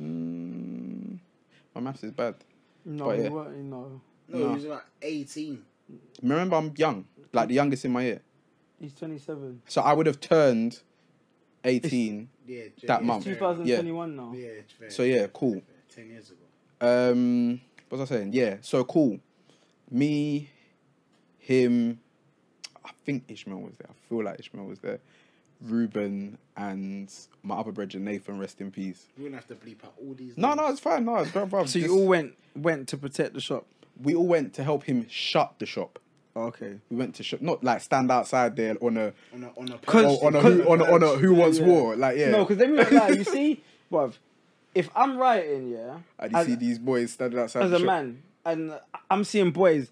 Speaker 2: Mm, my maths is bad.
Speaker 1: No,
Speaker 2: But
Speaker 1: you
Speaker 2: yeah.
Speaker 1: weren't. You know.
Speaker 3: No,
Speaker 2: No.
Speaker 3: he was about eighteen.
Speaker 2: Remember, I'm young, like the youngest in my year.
Speaker 1: He's 27.
Speaker 2: So I would have turned 18.
Speaker 3: Yeah,
Speaker 2: That
Speaker 3: Oh, yeah,
Speaker 2: month.
Speaker 1: It's
Speaker 3: fair.
Speaker 1: 2021 now.
Speaker 3: Yeah, it's fair.
Speaker 2: So yeah, cool.
Speaker 3: Ten years ago.
Speaker 2: Um, what was I saying? Yeah, so cool. Me, him, I think Ishmael was there. I feel like Ishmael was there. Ruben and my other brethren, Nathan, rest in peace.
Speaker 3: We wouldn't have to bleep out all these.
Speaker 2: No,
Speaker 3: names.
Speaker 2: no, it's fine. No, it's bro, bro,
Speaker 1: So you
Speaker 2: just-
Speaker 1: all went went to protect the shop. Oh,
Speaker 2: we all went to help him shut the shop.
Speaker 1: Okay.
Speaker 2: We went to shop, not like stand outside there Oh, on a
Speaker 3: On a on a.
Speaker 1: Cause-
Speaker 2: on a who, on a, on a who wants
Speaker 1: Yeah.
Speaker 2: war. Like yeah,
Speaker 1: No, because let me not lie. You see, bruv, if I'm writing, yeah,
Speaker 2: and Ah, you
Speaker 1: as,
Speaker 2: see these boys standing outside
Speaker 1: as
Speaker 2: the
Speaker 1: a
Speaker 2: shop.
Speaker 1: man, and I'm seeing boys.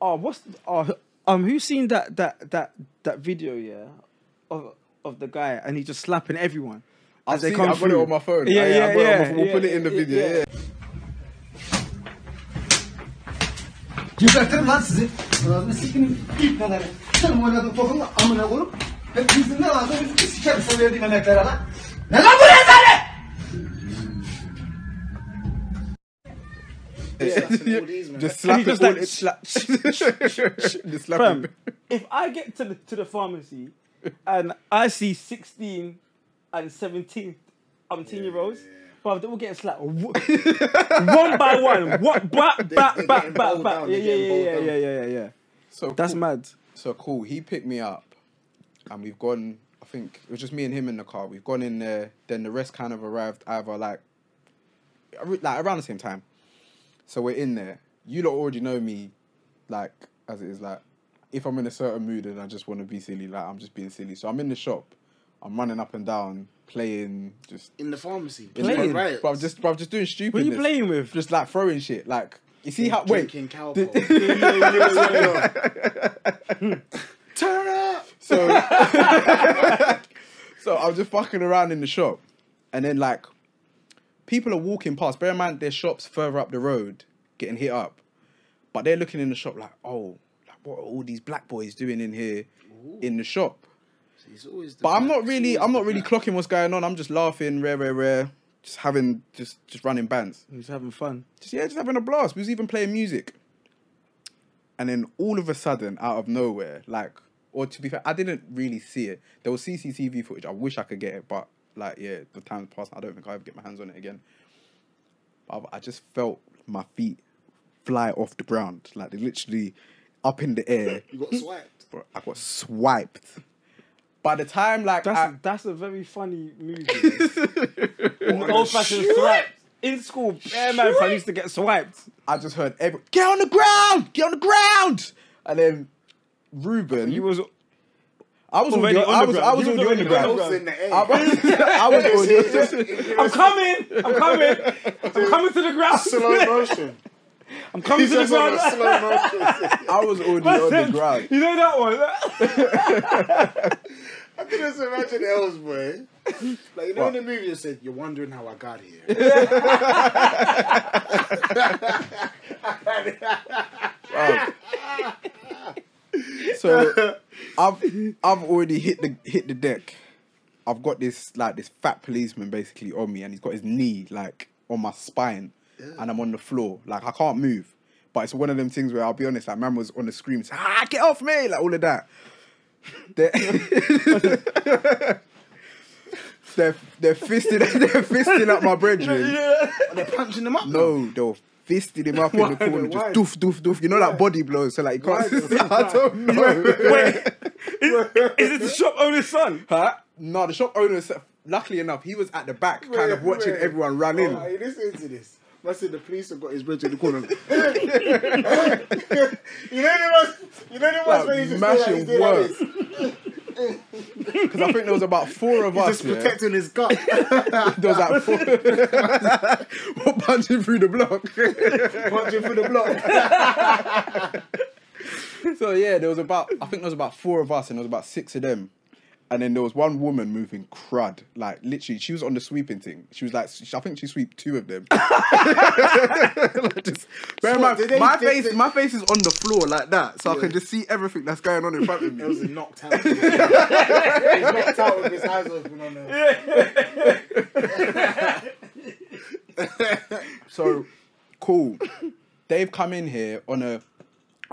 Speaker 1: Oh, what's oh, um? Who's seen that that that that video? Yeah, of of the guy, and he's just slapping everyone.
Speaker 2: I've
Speaker 1: as they
Speaker 2: seen
Speaker 1: come
Speaker 2: it, I've got it
Speaker 1: through.
Speaker 2: on my phone.
Speaker 1: Yeah,
Speaker 2: I-
Speaker 1: yeah,
Speaker 2: I've got it on my
Speaker 1: yeah,
Speaker 2: phone. We'll
Speaker 1: yeah,
Speaker 2: put it in the
Speaker 1: yeah,
Speaker 2: video.
Speaker 1: yeah.
Speaker 2: yeah.
Speaker 4: Gebertirim lan sizi. Ağzını sikin ilk neler. Sen oynadın topunu amına koyup. Hepinizin ne varsa bizi sikerim sana verdiğim emeklere lan. Ne lan bu rezalet?
Speaker 3: All these, man.
Speaker 2: Just
Speaker 1: And
Speaker 2: slap
Speaker 1: he's
Speaker 2: it
Speaker 1: just
Speaker 2: all.
Speaker 1: like,
Speaker 2: it slap. Just slap
Speaker 1: Fam,
Speaker 2: it.
Speaker 1: if I get to the to the pharmacy, and I see 16 and 17, um, teen year olds. Bruv, they all getting slapped wo- one by one. What back,
Speaker 3: they're
Speaker 1: back, back,
Speaker 3: getting
Speaker 1: back,
Speaker 3: bowled
Speaker 1: back.
Speaker 3: down,
Speaker 1: Yeah,
Speaker 3: they're
Speaker 1: yeah,
Speaker 3: getting
Speaker 1: yeah,
Speaker 3: bowled
Speaker 1: yeah,
Speaker 3: down.
Speaker 1: yeah, yeah, yeah.
Speaker 2: So
Speaker 1: That's
Speaker 2: cool.
Speaker 1: mad.
Speaker 2: So cool. He picked me up, and we've gone. I think it was just me and him in the car. We've gone in there. Then the rest kind of arrived either like, ar- like around the same time. So we're in there. You lot already know me, like as it is. Like if I'm in a certain mood and I just want to be silly, like I'm just being silly. So I'm in the shop. I'm running up and down, playing, just
Speaker 3: in the pharmacy.
Speaker 1: Playing.
Speaker 3: right?
Speaker 2: Bro, I'm just, bro, I'm just doing stupid.
Speaker 1: What are you playing with?
Speaker 2: Just like throwing shit. Like, you see how? Wait.
Speaker 3: drinking cowpole. Turn up.
Speaker 2: So, so I'm just fucking around in the shop, and then like, people are walking past. Bear in mind, their shops further up the road getting hit up, but they're looking in the shop like, oh, like what are all these black boys doing in here, in the shop?
Speaker 3: It's always the
Speaker 2: But I'm
Speaker 3: black.
Speaker 2: not really,
Speaker 3: It's
Speaker 2: I'm not
Speaker 3: always
Speaker 2: really
Speaker 3: the
Speaker 2: clocking what's going on. I'm just laughing, rare, rare, rare, just having, just, just running bands.
Speaker 1: He's having fun.
Speaker 2: just yeah, just having a blast. We was even playing music. And then all of a sudden, out of nowhere, like, or to be fair, I didn't really see it. There was CCTV footage. I wish I could get it, but like, yeah, the time's passed. I don't think I will ever get my hands on it again. But I just felt my feet fly off the ground, like they literally up in the air.
Speaker 3: black. You got swiped.
Speaker 2: Bro, I got swiped. By the time, like,
Speaker 1: That's
Speaker 2: I,
Speaker 1: that's a very funny movie. Old fashioned swipes. In school, bare man fam used to get swiped.
Speaker 2: I just heard every get on the ground, get on the ground, and then Ruben,
Speaker 1: You was
Speaker 2: I was
Speaker 1: Already
Speaker 2: already,
Speaker 1: on
Speaker 2: I
Speaker 1: the
Speaker 2: was,
Speaker 1: ground.
Speaker 2: I was
Speaker 1: You was
Speaker 2: already
Speaker 1: already
Speaker 2: on the
Speaker 1: on the
Speaker 2: ground.
Speaker 1: ground.
Speaker 3: Also in the air.
Speaker 2: I was, I was already.
Speaker 1: I'm coming! I'm coming! I'm coming to the
Speaker 3: slow
Speaker 1: ground!
Speaker 3: motion.
Speaker 1: I'm coming to the
Speaker 3: Just on a
Speaker 1: ground!
Speaker 3: slow motion.
Speaker 2: I was already on the ground.
Speaker 1: You know that one?
Speaker 3: I can just imagine Ellsworth. Like you know
Speaker 2: What?
Speaker 3: in the movie you said, You're wondering how I got here.
Speaker 2: So I've I've already hit the hit the deck. I've got this like this fat policeman basically on me, and he's got his knee like on my spine, and I'm on the floor like I can't move. But it's one of them things where I'll be honest, like man was on the scream, saying, ah, get off me, like all of that. They're, they're, they're fisting they're fisting up my brethren.
Speaker 3: And they're punching them up.
Speaker 2: No, they were fisted him up in the
Speaker 3: Why?
Speaker 2: corner, just
Speaker 3: Why?
Speaker 2: doof, doof, doof. You know, like body blows, so like you can't. I don't know.
Speaker 1: Wait, is, is it the shop owner's son?
Speaker 2: huh? No, the shop owner. was- Luckily enough, he was at the back, kind of
Speaker 3: Wait,
Speaker 2: watching
Speaker 3: wait.
Speaker 2: everyone run
Speaker 3: Oh,
Speaker 2: in.
Speaker 3: are you listening to this? Must say the police have got his bridge in the corner. you know the ones, you know the ones
Speaker 2: Like,
Speaker 3: where he's just
Speaker 2: mashing
Speaker 3: doing like, he's doing like
Speaker 2: work.
Speaker 3: this.
Speaker 2: Because I think there was about four of us.
Speaker 3: just
Speaker 2: yeah.
Speaker 3: protecting his gut.
Speaker 2: There was like four. We're punching through the block.
Speaker 3: punching for the block.
Speaker 2: so yeah, there was about. I think there was about four of us, and there was about six of them. And then there was one woman moving crud, like literally, she was on the sweeping thing. She was like, I think she sweeped two of them. Like, just- bear in
Speaker 3: So,
Speaker 2: mind,
Speaker 3: did they-
Speaker 2: my
Speaker 3: did
Speaker 2: face,
Speaker 3: they-
Speaker 2: my face is on the floor like that, so I
Speaker 3: Yeah.
Speaker 2: can just see everything that's going on in front of
Speaker 3: It
Speaker 2: me.
Speaker 3: was knocked out. He was knocked out with his eyes open on him.
Speaker 2: So, cool. They've come in here on a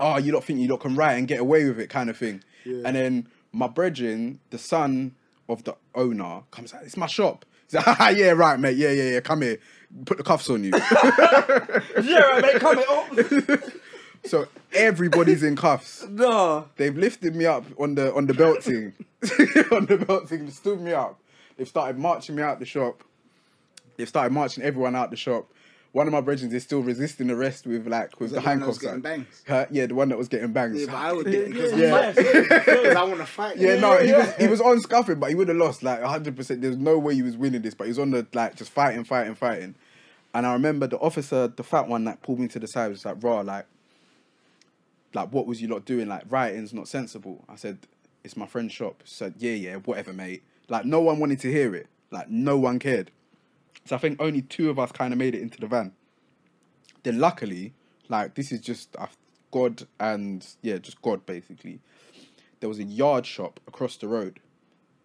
Speaker 2: oh, you lot think you lot can riot and get away with it kind of thing.
Speaker 3: Yeah.
Speaker 2: And then my brethren, the son of the owner, comes out, it's my shop. He's like, "Ha, ha, yeah, right, mate. Yeah, yeah, yeah. Come here. Put the cuffs on you.
Speaker 1: Yeah, mate, come Oh. it up.
Speaker 2: so everybody's in cuffs.
Speaker 1: No.
Speaker 2: They've lifted me up on the on the belt thing. on the belt thing, stood me up. They've started marching me out the shop. They've started marching everyone out the shop. One of my brethren is still resisting arrest with like with the
Speaker 3: that the one that was
Speaker 2: handcuffs.
Speaker 3: getting
Speaker 2: on.
Speaker 3: bangs?
Speaker 2: Huh? yeah, the one that was getting bangs.
Speaker 3: Yeah, but I would do it because
Speaker 1: Yeah.
Speaker 3: I want to fight.
Speaker 2: Yeah, no, he
Speaker 1: yeah,
Speaker 2: was he was on scuffing, but he would have lost like hundred percent. There's no way he was winning this, but he was on the like just fighting, fighting, fighting. And I remember the officer, the fat one, that pulled me to the side. Was like, "Raw, like, like what was you lot doing? Like, writing's not sensible." I said, "It's my friend's shop." She said, "Yeah, yeah, whatever, mate." Like, no one wanted to hear it. Like, no one cared. So I think only two of us kind of made it into the van. Then luckily, like this is just uh, God and yeah, just God basically. There was a yard shop across the road.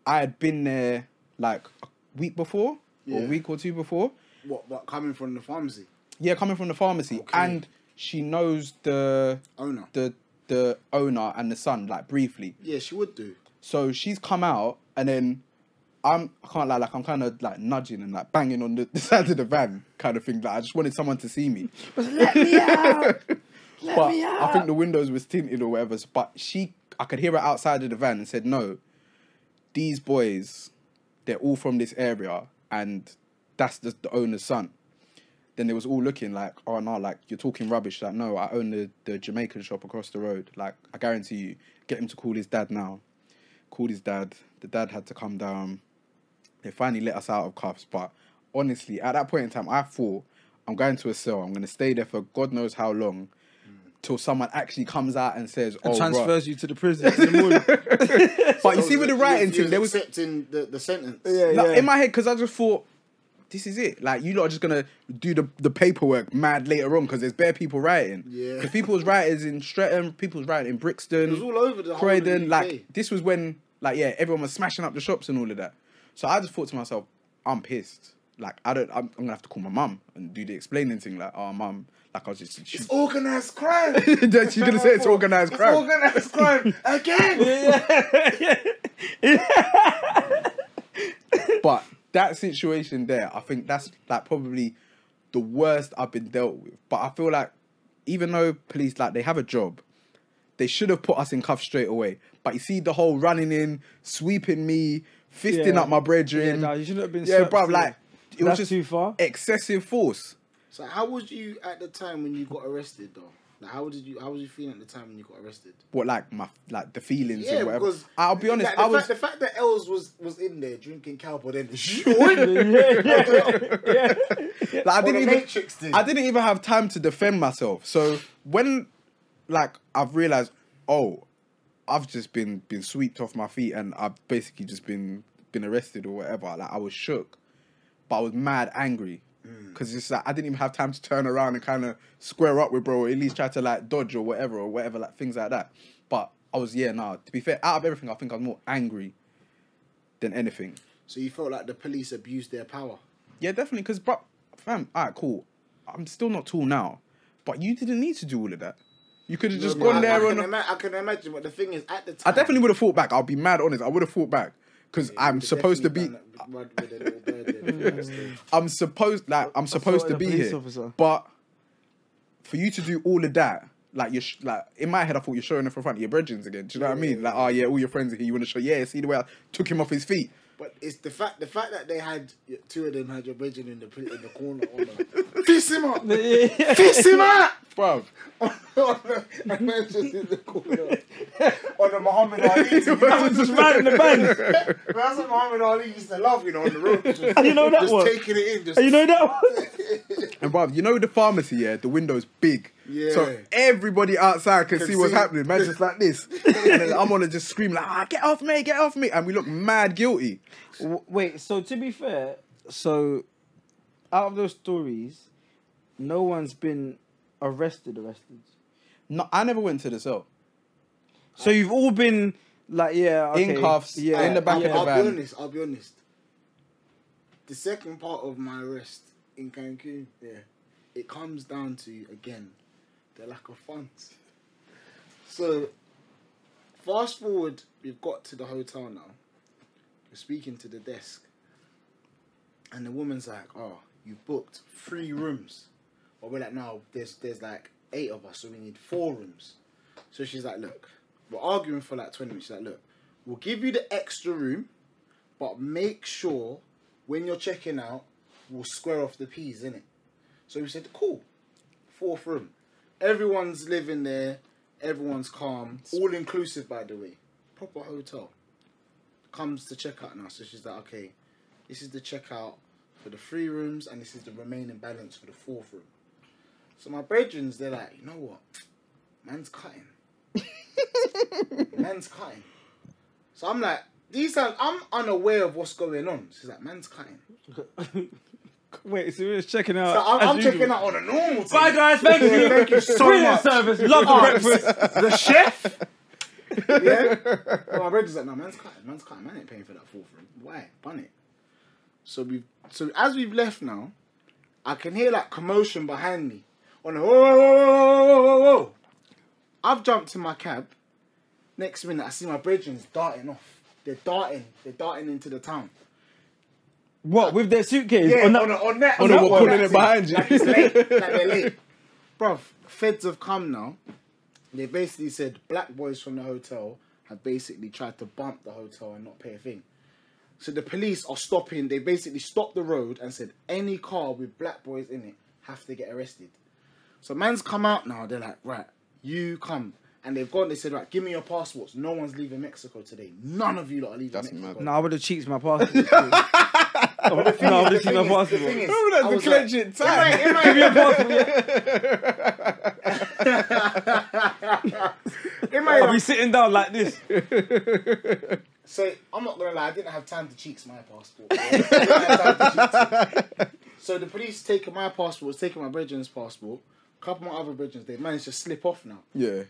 Speaker 2: I had been there like a week before or
Speaker 3: Yeah.
Speaker 2: a week or two before.
Speaker 3: What? What? Coming from the pharmacy
Speaker 2: Yeah, coming from the pharmacy, and she knows the
Speaker 3: owner.
Speaker 2: the the owner and the son like briefly.
Speaker 3: yeah, she would do.
Speaker 2: So she's come out, and then I'm I can't lie, like I'm kind of like nudging and like banging on the, the side of the van, kind of thing. Like I just wanted someone to see me.
Speaker 1: Let me out. Let
Speaker 2: but
Speaker 1: me
Speaker 2: I
Speaker 1: out.
Speaker 2: think the windows was tinted or whatever. so- But she, I could hear her outside of the van and said, "No, these boys, they're all from this area, and that's the, the owner's son." Then they was all looking like, "Oh no, like you're talking rubbish." Like, no, I own the the Jamaican shop across the road. Like, I guarantee you, get him to call his dad now. Called his dad. The dad had to come down. They finally let us out of cuffs, but honestly, at that point in time, I thought I'm going to a cell. I'm going to stay there for God knows how long, till someone actually comes out and says, "Oh, bruh."
Speaker 1: Transfers you to the prison in the morning.
Speaker 2: But you see, with the
Speaker 3: You
Speaker 2: writing
Speaker 3: you
Speaker 2: thing, there was
Speaker 3: accepting the, the sentence.
Speaker 2: Like, in my head because I just thought this is it. Like you lot are just gonna do the, the paperwork mad later on because there's bare people writing.
Speaker 3: Yeah.
Speaker 2: because people was writers in Streatham, people was writing in Brixton. It
Speaker 3: was all over the whole of the
Speaker 2: Croydon.
Speaker 3: UK.
Speaker 2: Like this was when like yeah everyone was smashing up the shops and all of that. So I just thought to myself, I'm pissed. Like I don't, I'm, I'm gonna have to call my mum and do the explaining thing. Like oh mum, like I was just she's,
Speaker 3: It's organized crime.
Speaker 2: she's gonna say it's organized crime.
Speaker 3: Organized crime again.
Speaker 2: But that situation there, I think that's like probably the worst I've been dealt with. But I feel like even though police like they have a job, they should have put us in cuffs straight away. But you see the whole running in, sweeping me, fisting
Speaker 1: Yeah.
Speaker 2: up my brethren.
Speaker 1: Yeah, nah, you shouldn't have been
Speaker 2: Yeah,
Speaker 1: swept
Speaker 2: bro,
Speaker 1: through.
Speaker 2: like it was
Speaker 1: That's
Speaker 2: just
Speaker 1: too far.
Speaker 2: excessive force.
Speaker 3: So how was you at the time when you got arrested though? Like, how did you how was you feeling at the time when you got arrested?
Speaker 2: What like my like the feelings
Speaker 3: Yeah,
Speaker 2: and whatever.
Speaker 3: because
Speaker 2: I'll be honest,
Speaker 3: like, the
Speaker 2: I was
Speaker 3: fact, the fact that Els was was in there drinking cowboy then
Speaker 2: Like, I
Speaker 3: Or the
Speaker 2: didn't even
Speaker 3: Matrix thing.
Speaker 2: I didn't even have time to defend myself. So when like I've realized, oh, I've just been been swept off my feet and I've basically just been been arrested or whatever. Like I was shook, but I was mad angry
Speaker 3: Mm.
Speaker 2: because it's like I didn't even have time to turn around and kind of square up with bro or at least try to like dodge or whatever or whatever like things like that. But I was yeah, nah. To be fair, out of everything, I think I'm more angry than anything.
Speaker 3: So you felt like the police abused their power.
Speaker 2: Yeah, definitely. Because, bro, fam, all right, cool. I'm still not tall now, but you didn't need to do all of that. You could have just
Speaker 3: I,
Speaker 2: gone there
Speaker 3: I,
Speaker 2: on.
Speaker 3: can
Speaker 2: a-
Speaker 3: ima- I can imagine, but the thing is, at the
Speaker 2: I
Speaker 3: time,
Speaker 2: definitely would have fought back. I'll be mad honest. I would have fought back because I'm supposed to be. Mm. I'm supposed like I'm supposed
Speaker 1: assaulted
Speaker 2: to
Speaker 1: a
Speaker 2: be
Speaker 1: police
Speaker 2: here,
Speaker 1: officer.
Speaker 2: but for you to do all of that, like you're sh- like in my head, I thought you're showing off in front of your brethren again. Do you know what I mean? Like, oh yeah, all your friends are here. You want to show? Yeah, see the way I took him off his feet.
Speaker 3: But it's the fact the fact that they had two of them had your bridging in the pl- in the corner. On the, Fist him up! Fist him up!
Speaker 2: Bro,
Speaker 3: on the, and then just in the corner on the Muhammad Ali. team.
Speaker 1: Just ran in the bands.
Speaker 3: That's what Muhammad Ali used to love, you know, on the road. Just,
Speaker 1: You know that
Speaker 3: just
Speaker 1: one?
Speaker 3: taking it in. Just
Speaker 1: You know that one?
Speaker 2: And bruv, you know the pharmacy, yeah, the window's big. So
Speaker 3: Yeah.
Speaker 2: everybody outside can,
Speaker 3: Can
Speaker 2: see what's
Speaker 3: see.
Speaker 2: happening. Man, just like this. and then I'm gonna just scream like, ah, get off me, get off me. And we look mad guilty.
Speaker 1: W- Wait, so to be fair, so out of those stories, no one's been arrested, arrested.
Speaker 2: No, I never went to the cell.
Speaker 1: So you've all been like, yeah,
Speaker 2: In
Speaker 1: okay,
Speaker 2: cuffs,
Speaker 1: yeah,
Speaker 2: in the back
Speaker 1: yeah.
Speaker 2: of the
Speaker 3: I'll,
Speaker 2: van.
Speaker 3: I'll be honest. I'll be honest. The second part of my arrest in Cancun, yeah, it comes down to again the lack of funds. So, fast forward, we've got to the hotel now. We're speaking to the desk, and the woman's like, "Oh, you booked three rooms," but we're like, "No, there's there's like eight of us, so we need four rooms." So she's like, "Look, we're arguing for like twenty minutes." She's like, "Look, we'll give you the extra room, but make sure when you're checking out, we'll square off the peas, innit?" So we said, "Cool." fourth room. Everyone's living there. Everyone's calm. All inclusive, by the way. Proper hotel. Comes to check out now. So she's like, okay, this is the checkout for the three rooms, and this is the remaining balance for the fourth room. So my brethrens, they're like, you know what? Man's cutting. man's cutting. So I'm like, these times I'm unaware of what's going on. She's like, man's cutting.
Speaker 1: Wait, so we're just checking out.
Speaker 3: So I'm,
Speaker 1: as
Speaker 3: I'm
Speaker 1: usual.
Speaker 3: checking out on a normal.
Speaker 1: Bye,
Speaker 3: thing.
Speaker 1: guys. Thank you.
Speaker 3: Thank you so
Speaker 1: Brilliant
Speaker 3: much.
Speaker 1: service. Love the breakfast.
Speaker 3: the chef. yeah. Well, my brother's like, no, man's cutting, man's cutting, man ain't paying for that fourth room. Why? Bun it. So we, so as we've left now, I can hear like commotion behind me. On the, whoa, whoa, whoa, whoa, whoa, whoa, whoa. I've jumped in my cab. Next minute, I see my brethrens darting off. They're darting. They're darting into the town.
Speaker 1: What with their suitcase?
Speaker 3: Yeah,
Speaker 1: on
Speaker 3: on,
Speaker 1: that-
Speaker 3: a- on that.
Speaker 2: Oh,
Speaker 3: on
Speaker 2: no,
Speaker 3: that
Speaker 2: we're
Speaker 3: one,
Speaker 2: pulling
Speaker 3: that's
Speaker 2: it behind you.
Speaker 3: Like it's late. Like they're late. Bruv, feds have come now. They basically said black boys from the hotel have basically tried to bump the hotel and not pay a thing. So the police are stopping. They basically stopped the road and said any car with black boys in it have to get arrested. So man's come out now. They're like, right, you come. And they've gone. They said, right, give me your passports. No one's leaving Mexico today. None of you lot are leaving
Speaker 2: That's
Speaker 3: Mexico.
Speaker 2: mad.
Speaker 1: No, I would have cheated my passport. no, I would have cheated my
Speaker 3: The
Speaker 1: passport.
Speaker 3: thing is,
Speaker 2: Remember that
Speaker 3: I was
Speaker 2: declension
Speaker 3: like,
Speaker 2: time?
Speaker 3: "Am I- am I- In my
Speaker 1: I'll be sitting down like this.
Speaker 3: so I'm not gonna lie, I didn't have time to cheeks my passport. bro. I didn't have time to cheeks it. so the police taking my passport, taking my brethren's passport, a couple of my other brethren's, they managed to slip off now.
Speaker 2: Yeah.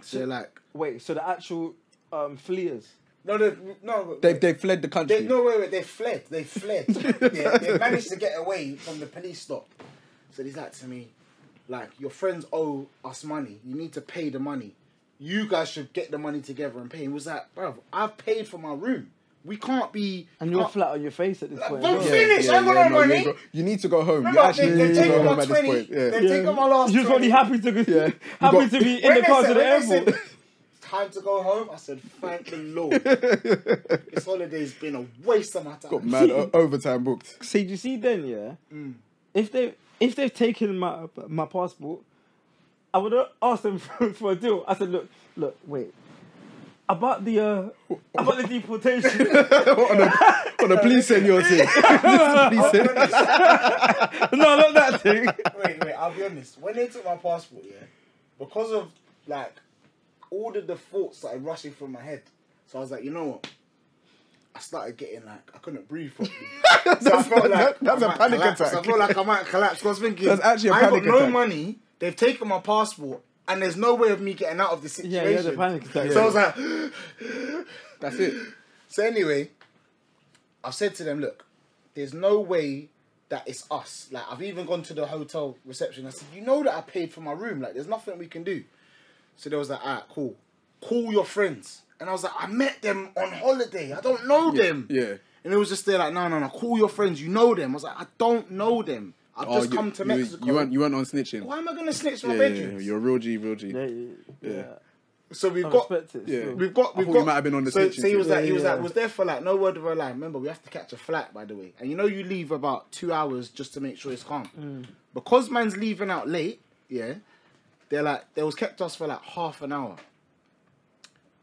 Speaker 3: So they're like,
Speaker 1: Wait, so the actual um, fleers.
Speaker 3: no, they no,
Speaker 2: They've, they fled the country.
Speaker 3: they, no, wait, wait, they fled, they fled. yeah, they managed to get away from the police stop. So he's like to me, like your friends owe us money. You need to pay the money. You guys should get the money together and pay. He was like, bruv, I've paid for my room. We can't be
Speaker 1: And you're
Speaker 3: can't-
Speaker 1: flat on your face at this point.
Speaker 3: don't
Speaker 1: as well.
Speaker 3: finish. I ain't got no
Speaker 2: you
Speaker 3: money.
Speaker 2: ain't got- You need to go home. you
Speaker 3: Remember,
Speaker 2: actually
Speaker 3: they,
Speaker 2: need
Speaker 3: they've
Speaker 2: to go home
Speaker 3: taken my
Speaker 2: at this
Speaker 3: 20.
Speaker 2: point. Yeah.
Speaker 3: They've taken my last
Speaker 1: You're
Speaker 3: 20.
Speaker 1: probably happy to
Speaker 2: Yeah.
Speaker 1: happy
Speaker 2: You got-
Speaker 1: to be in
Speaker 3: When
Speaker 1: the
Speaker 3: they
Speaker 1: car
Speaker 3: said-
Speaker 1: to the
Speaker 3: when they said,
Speaker 1: airport.
Speaker 3: Time to go home. I said, thank the Lord. this holiday's been a waste of my time.
Speaker 2: Got mad o- overtime booked.
Speaker 1: See, you see, then yeah,
Speaker 3: Mm.
Speaker 1: if they if they've taken my my passport, I would have asked them for, for a deal. I said, look, look, wait, about the uh, about the deportation.
Speaker 2: on, a, on a police seniority. police sen-
Speaker 1: no, not that thing.
Speaker 3: wait, wait, I'll be honest. When they took my passport, yeah, because of like all of the thoughts started rushing through my head. So I was like, you know what? I started getting like I couldn't breathe properly. so I felt like
Speaker 2: that's
Speaker 3: I
Speaker 2: a
Speaker 3: might
Speaker 2: panic
Speaker 3: collapse.
Speaker 2: attack.
Speaker 3: I felt like I might collapse. Cause I was thinking
Speaker 2: That's actually a
Speaker 3: I ain't
Speaker 2: panic
Speaker 3: got no
Speaker 2: attack.
Speaker 3: money. They've taken my passport, and there's no way of me getting out of this
Speaker 1: Yeah,
Speaker 3: situation.
Speaker 1: yeah, the panic attack,
Speaker 3: So
Speaker 1: yeah.
Speaker 3: I was like,
Speaker 2: That's it.
Speaker 3: so anyway, I've said to them, look, there's no way that it's us. Like I've even gone to the hotel reception. I said, you know that I paid for my room. Like there's nothing we can do. So they was like, alright, cool. Call your friends. And I was like, I met them on holiday. I don't know them.
Speaker 2: yeah.
Speaker 3: And it was just there like, no, no, no. Call your friends. You know them. I was like, I don't know them. I've
Speaker 2: Oh,
Speaker 3: just
Speaker 2: you-
Speaker 3: come to
Speaker 2: you,
Speaker 3: Mexico.
Speaker 2: You weren't, you weren't on snitching.
Speaker 3: Why am I gonna snitch my
Speaker 2: Yeah, yeah,
Speaker 3: bedroom?
Speaker 2: yeah, You're a real G, real G.
Speaker 1: Yeah, yeah, yeah.
Speaker 3: So we've
Speaker 1: I
Speaker 3: got
Speaker 1: respect it.
Speaker 2: yeah.
Speaker 1: still.
Speaker 3: We've got.
Speaker 2: I
Speaker 3: We've
Speaker 2: thought
Speaker 3: got.
Speaker 2: you might have been on the
Speaker 3: so,
Speaker 2: switch
Speaker 3: so he
Speaker 2: and
Speaker 3: was
Speaker 2: shit.
Speaker 3: like, he was
Speaker 1: Yeah,
Speaker 3: like,
Speaker 1: yeah.
Speaker 3: was there for like no word of a lie. Remember, we have to catch a flight, by the way, and you know you leave about two hours just to make sure it's calm. Because man's leaving out late, yeah. They're like they was kept us for like half an hour.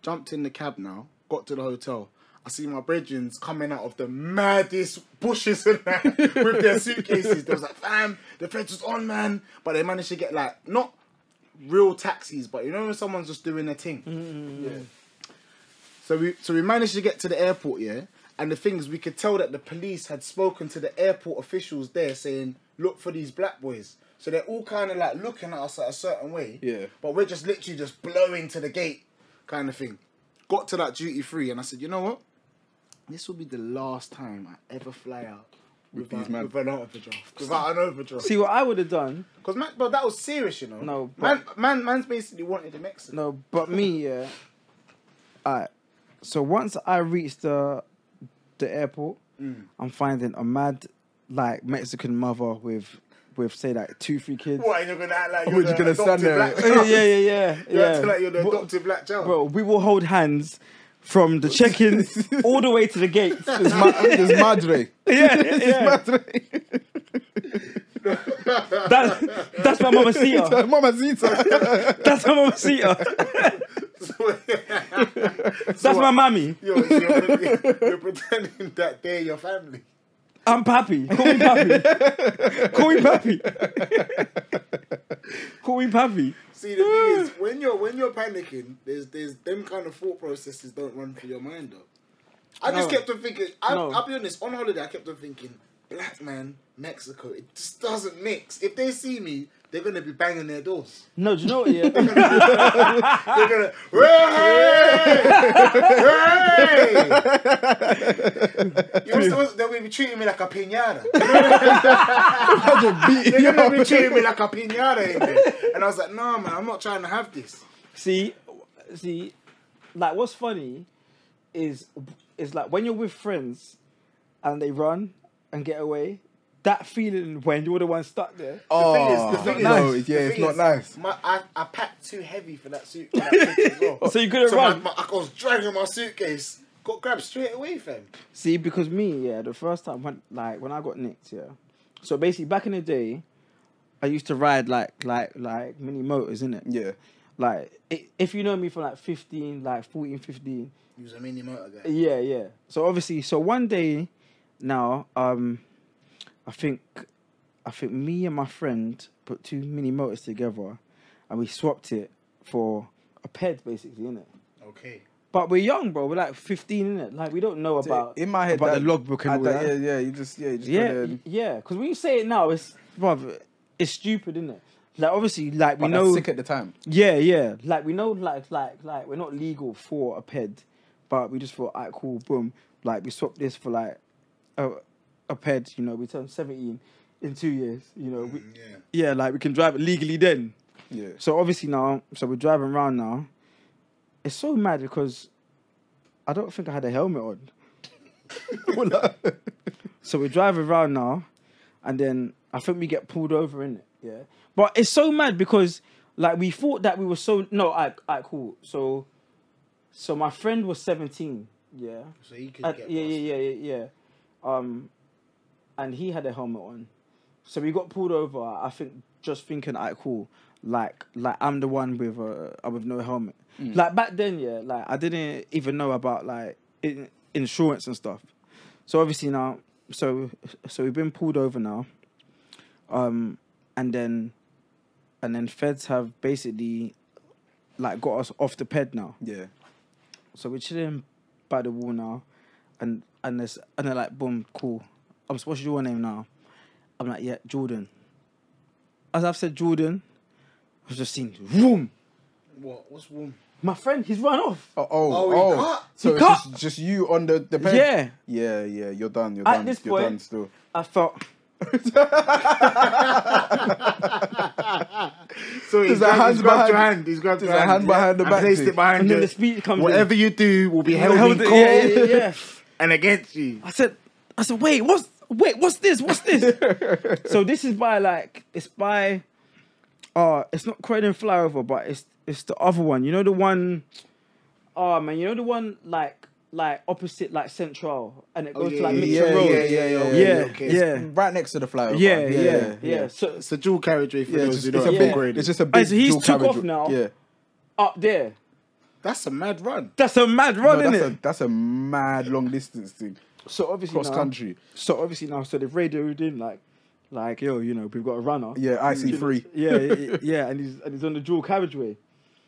Speaker 3: Jumped in the cab now. Got to the hotel. I see my brethrens coming out of the maddest bushes and that with their suitcases. They was like, fam, the feds was on, man. But they managed to get like not real taxis, but you know when someone's just doing their thing. Yeah. So we so we managed to get to the airport, yeah. And the thing is, we could tell that the police had spoken to the airport officials there, saying, "Look for these black boys." So they're all kind of like looking at us like a certain way.
Speaker 2: Yeah.
Speaker 3: But we're just literally just blowing to the gate, kind of thing. Got to that duty free, and I said, "You know what? This will be the last time I ever fly out
Speaker 2: with
Speaker 3: without,
Speaker 2: these men.
Speaker 3: with an overdraft. Without an overdraft.
Speaker 1: See what I would have done.
Speaker 3: Because man, but that was serious, you know.
Speaker 1: No,
Speaker 3: man,
Speaker 1: but-
Speaker 3: man, man's basically wanted him exited.
Speaker 1: No, but me, yeah. Alright. So once I reach the the airport, I'm finding a mad like Mexican mother with with say like two, three kids.
Speaker 3: What? And you're gonna act like
Speaker 2: What,
Speaker 3: you're
Speaker 2: you
Speaker 3: the
Speaker 2: gonna stand
Speaker 3: adopted
Speaker 2: there?
Speaker 3: black
Speaker 1: Yeah,
Speaker 3: child?
Speaker 1: yeah, yeah, yeah.
Speaker 3: You're
Speaker 1: yeah.
Speaker 3: acting like you're the
Speaker 1: Bro-
Speaker 3: adopted black child.
Speaker 1: Bro, we will hold hands from the check-in all the way to the gates.
Speaker 2: It's, ma- it's madre.
Speaker 1: yeah, yeah. That, that's my mama see her.
Speaker 2: Mama Zita.
Speaker 1: That's my mama see her. That's my mommy.
Speaker 3: Yo, you're, you're, you're pretending that they're your family.
Speaker 1: I'm Pappy. Call me Pappy. Call me Pappy. Call me Pappy.
Speaker 3: See, the thing is, when you're when you're panicking, there's there's them kind of thought processes don't run through your mind though. I just
Speaker 1: No.
Speaker 3: kept on thinking. I,
Speaker 1: No.
Speaker 3: I'll be honest. On holiday, I kept on thinking, black man, Mexico. It just doesn't mix. If they see me, they're gonna be banging their doors.
Speaker 1: No, do you know what? Yeah.
Speaker 3: They're gonna, hey, hey. You know, what's- they're gonna be treating me like a pinata. They're gonna be treating me like a pinata in there. And I was like, no, man, I'm not trying to have this.
Speaker 1: see, see, like what's funny is is like when you're with friends and they run and get away, that feeling when you're the one stuck there.
Speaker 3: The
Speaker 2: Oh,
Speaker 3: thing is, the thing
Speaker 2: no,
Speaker 3: is,
Speaker 2: yeah,
Speaker 3: the
Speaker 2: it's
Speaker 3: thing
Speaker 2: not
Speaker 3: is,
Speaker 2: nice.
Speaker 3: My, I, I packed too heavy for that suit. For that trip as well.
Speaker 1: So you couldn't
Speaker 3: So my,
Speaker 1: run.
Speaker 3: my, I was dragging my suitcase. Got grabbed straight away, fam.
Speaker 1: See, because me, yeah, the first time when like when I got nicked, yeah. So basically, back in the day, I used to ride like like like mini motors, innit?
Speaker 2: Yeah.
Speaker 1: Like i- if you know me from like 15, like 14, 15,
Speaker 3: He was a mini motor guy.
Speaker 1: yeah, yeah. So obviously, so one day now, um, I think I think me and my friend put two mini motors together, and we swapped it for a ped, basically, innit?
Speaker 3: Okay.
Speaker 1: But we're young, bro. We're like 15, innit? Like we don't know about
Speaker 2: in my head
Speaker 1: about
Speaker 2: that,
Speaker 1: the logbook and
Speaker 2: I-
Speaker 1: all
Speaker 2: that-
Speaker 1: that.
Speaker 2: Yeah, yeah, you just yeah, you just
Speaker 1: Yeah,
Speaker 2: kinda-
Speaker 1: y- yeah. Because when you say it now, it's bruv, it's stupid, isn't it? Like obviously, like we
Speaker 2: but that's
Speaker 1: know,
Speaker 2: sick at the time.
Speaker 1: yeah, yeah. Like we know, like like like we're not legal for a ped, but we just thought, alright, cool, boom. Like we swapped this for like a a ped. You know, we turned seventeen in two years. You know, we,
Speaker 3: Yeah.
Speaker 1: yeah, like we can drive it legally then.
Speaker 2: Yeah.
Speaker 1: So obviously now, so we're driving around now. It's so mad because I don't think I had a helmet on. So we're driving around now, and then I think we get pulled over in it. Yeah, but it's so mad because like we thought that we were so no, I I cool. So, so my friend was seventeen. Yeah,
Speaker 3: So he could
Speaker 1: And-
Speaker 3: get
Speaker 1: Uh, yeah,
Speaker 3: past.
Speaker 1: yeah, yeah, yeah, yeah. Um, and he had a helmet on, so we got pulled over. I think just thinking, I cool. Like, like I'm the one with uh, uh, with no helmet.
Speaker 3: Mm.
Speaker 1: Like back then, yeah. Like I didn't even know about like in- insurance and stuff. So obviously now, so so we've been pulled over now. Um, and then, and then feds have basically, like, got us off the ped now.
Speaker 2: Yeah.
Speaker 1: So we're chilling by the wall now, and and this and they're like, boom, cool. I'm supposed to do your name now. I'm like, yeah, Jordan. As I've said, Jordan, I've just seen boom.
Speaker 3: What? What's warm?
Speaker 1: My friend, he's run off.
Speaker 2: Oh, oh,
Speaker 3: Oh, he
Speaker 2: oh.
Speaker 3: cut.
Speaker 2: so
Speaker 1: He
Speaker 2: it's
Speaker 1: cut.
Speaker 2: Just, just you on the the pen?
Speaker 1: Yeah.
Speaker 2: yeah, yeah. You're done. You're
Speaker 1: At
Speaker 2: done.
Speaker 1: this
Speaker 2: you're
Speaker 1: point-
Speaker 2: done still.
Speaker 1: I felt
Speaker 3: So he's
Speaker 2: There's a
Speaker 3: grabbed,
Speaker 2: hand
Speaker 3: he's grabbed your
Speaker 2: behind-
Speaker 3: hand. He's grabbed your
Speaker 2: there's a hand behind the
Speaker 3: and
Speaker 2: back
Speaker 3: Placed
Speaker 2: seat.
Speaker 3: it behind
Speaker 1: And then
Speaker 3: you.
Speaker 1: the speech comes in.
Speaker 3: Whatever you do will be held,
Speaker 1: held
Speaker 3: in
Speaker 1: it-
Speaker 3: court
Speaker 1: yeah, yeah, yeah.
Speaker 3: and against you.
Speaker 1: I said, I said, wait, what's wait, what's this? What's this? so this is by like it's by uh it's not Croydon flyover, but it's it's the other one. You know the one oh man, you know the one like like opposite like Central and it goes to like
Speaker 3: Oh, yeah,
Speaker 1: Mitchell
Speaker 2: yeah,
Speaker 1: Road.
Speaker 2: yeah, yeah, yeah,
Speaker 1: yeah,
Speaker 2: yeah,
Speaker 3: okay.
Speaker 1: yeah.
Speaker 2: Right next to the flower.
Speaker 1: Yeah,
Speaker 2: farm.
Speaker 1: yeah, yeah, So
Speaker 3: It's a dual carriageway for
Speaker 2: Yeah, it's,
Speaker 3: those
Speaker 2: just,
Speaker 3: who
Speaker 2: it's,
Speaker 3: don't
Speaker 2: a
Speaker 1: yeah.
Speaker 2: big,
Speaker 3: know.
Speaker 2: it's just a big.
Speaker 1: Alright, so he's
Speaker 2: dual
Speaker 1: took
Speaker 2: carriage
Speaker 1: off
Speaker 2: route.
Speaker 1: now.
Speaker 2: Yeah,
Speaker 1: up there.
Speaker 3: That's a mad run.
Speaker 1: That's a mad
Speaker 2: No,
Speaker 1: run,
Speaker 2: that's
Speaker 1: innit?
Speaker 2: a that's a mad long distance thing.
Speaker 1: So obviously
Speaker 2: Cross
Speaker 1: now-
Speaker 2: country.
Speaker 1: So obviously now, so they've radioed in like, like yo, you know, we've got a runner.
Speaker 2: Yeah, I see three.
Speaker 1: yeah, yeah, yeah, and he's and he's on the dual carriageway.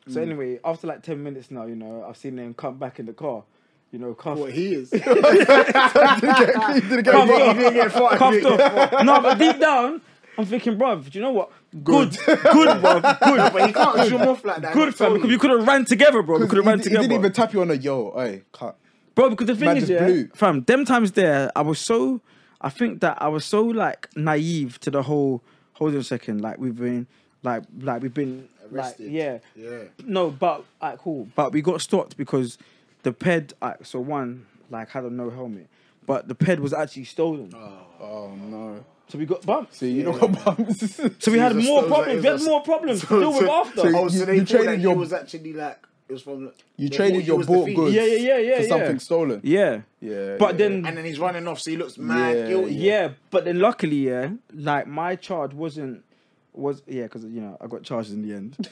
Speaker 1: So
Speaker 3: Mm.
Speaker 1: anyway, after like ten minutes now, you know, I've seen him come back in the car, you know, cuffed,
Speaker 3: What he is.
Speaker 2: Didn't get
Speaker 1: Come
Speaker 2: me.
Speaker 1: on.
Speaker 3: didn't get fired.
Speaker 1: cuffed off. no, but deep down, I'm thinking, bruv, do you know what? Good, good, bruv, good,
Speaker 3: But he can't zoom off like that.
Speaker 1: good, fam. Because we could have ran together, bro. We could have
Speaker 2: he,
Speaker 1: ran
Speaker 2: he
Speaker 1: together,
Speaker 2: didn't even tap you on the yo. Hey, cut.
Speaker 1: bro. Because the thing
Speaker 2: Man
Speaker 1: is,
Speaker 2: just
Speaker 1: yeah,
Speaker 2: blew.
Speaker 1: fam, them times there, I was so, I think that I was so like naive to the whole. Hold on a second, like we've been, like like we've been,
Speaker 3: Arrested.
Speaker 1: like yeah,
Speaker 3: Yeah.
Speaker 1: no, but alright, cool. But we got stopped because the ped. alright, so one like had a no helmet, but the ped was actually stolen.
Speaker 2: Oh no.
Speaker 1: So we got bumped.
Speaker 2: So you don't got bumps.
Speaker 1: So we had
Speaker 3: Jesus,
Speaker 1: more
Speaker 3: that was like-
Speaker 1: problems. We had
Speaker 3: that's-
Speaker 1: more problems to deal with after.
Speaker 2: so-
Speaker 3: oh, so
Speaker 2: you-
Speaker 3: they
Speaker 2: you
Speaker 3: thought
Speaker 2: traded
Speaker 3: that
Speaker 2: your-
Speaker 3: he was actually like it was from.
Speaker 2: You
Speaker 3: they thought
Speaker 2: traded
Speaker 3: he
Speaker 2: your
Speaker 3: was the
Speaker 2: bought
Speaker 3: thief.
Speaker 2: goods
Speaker 1: Yeah, yeah, yeah, yeah,
Speaker 2: for
Speaker 1: yeah.
Speaker 2: something stolen.
Speaker 1: yeah.
Speaker 2: Yeah,
Speaker 1: But
Speaker 2: yeah.
Speaker 1: then
Speaker 3: and then he's running off, so he looks mad
Speaker 2: Yeah,
Speaker 3: guilty.
Speaker 1: Yeah, but then luckily, yeah, like my charge wasn't was yeah, because you know I got charged in the end.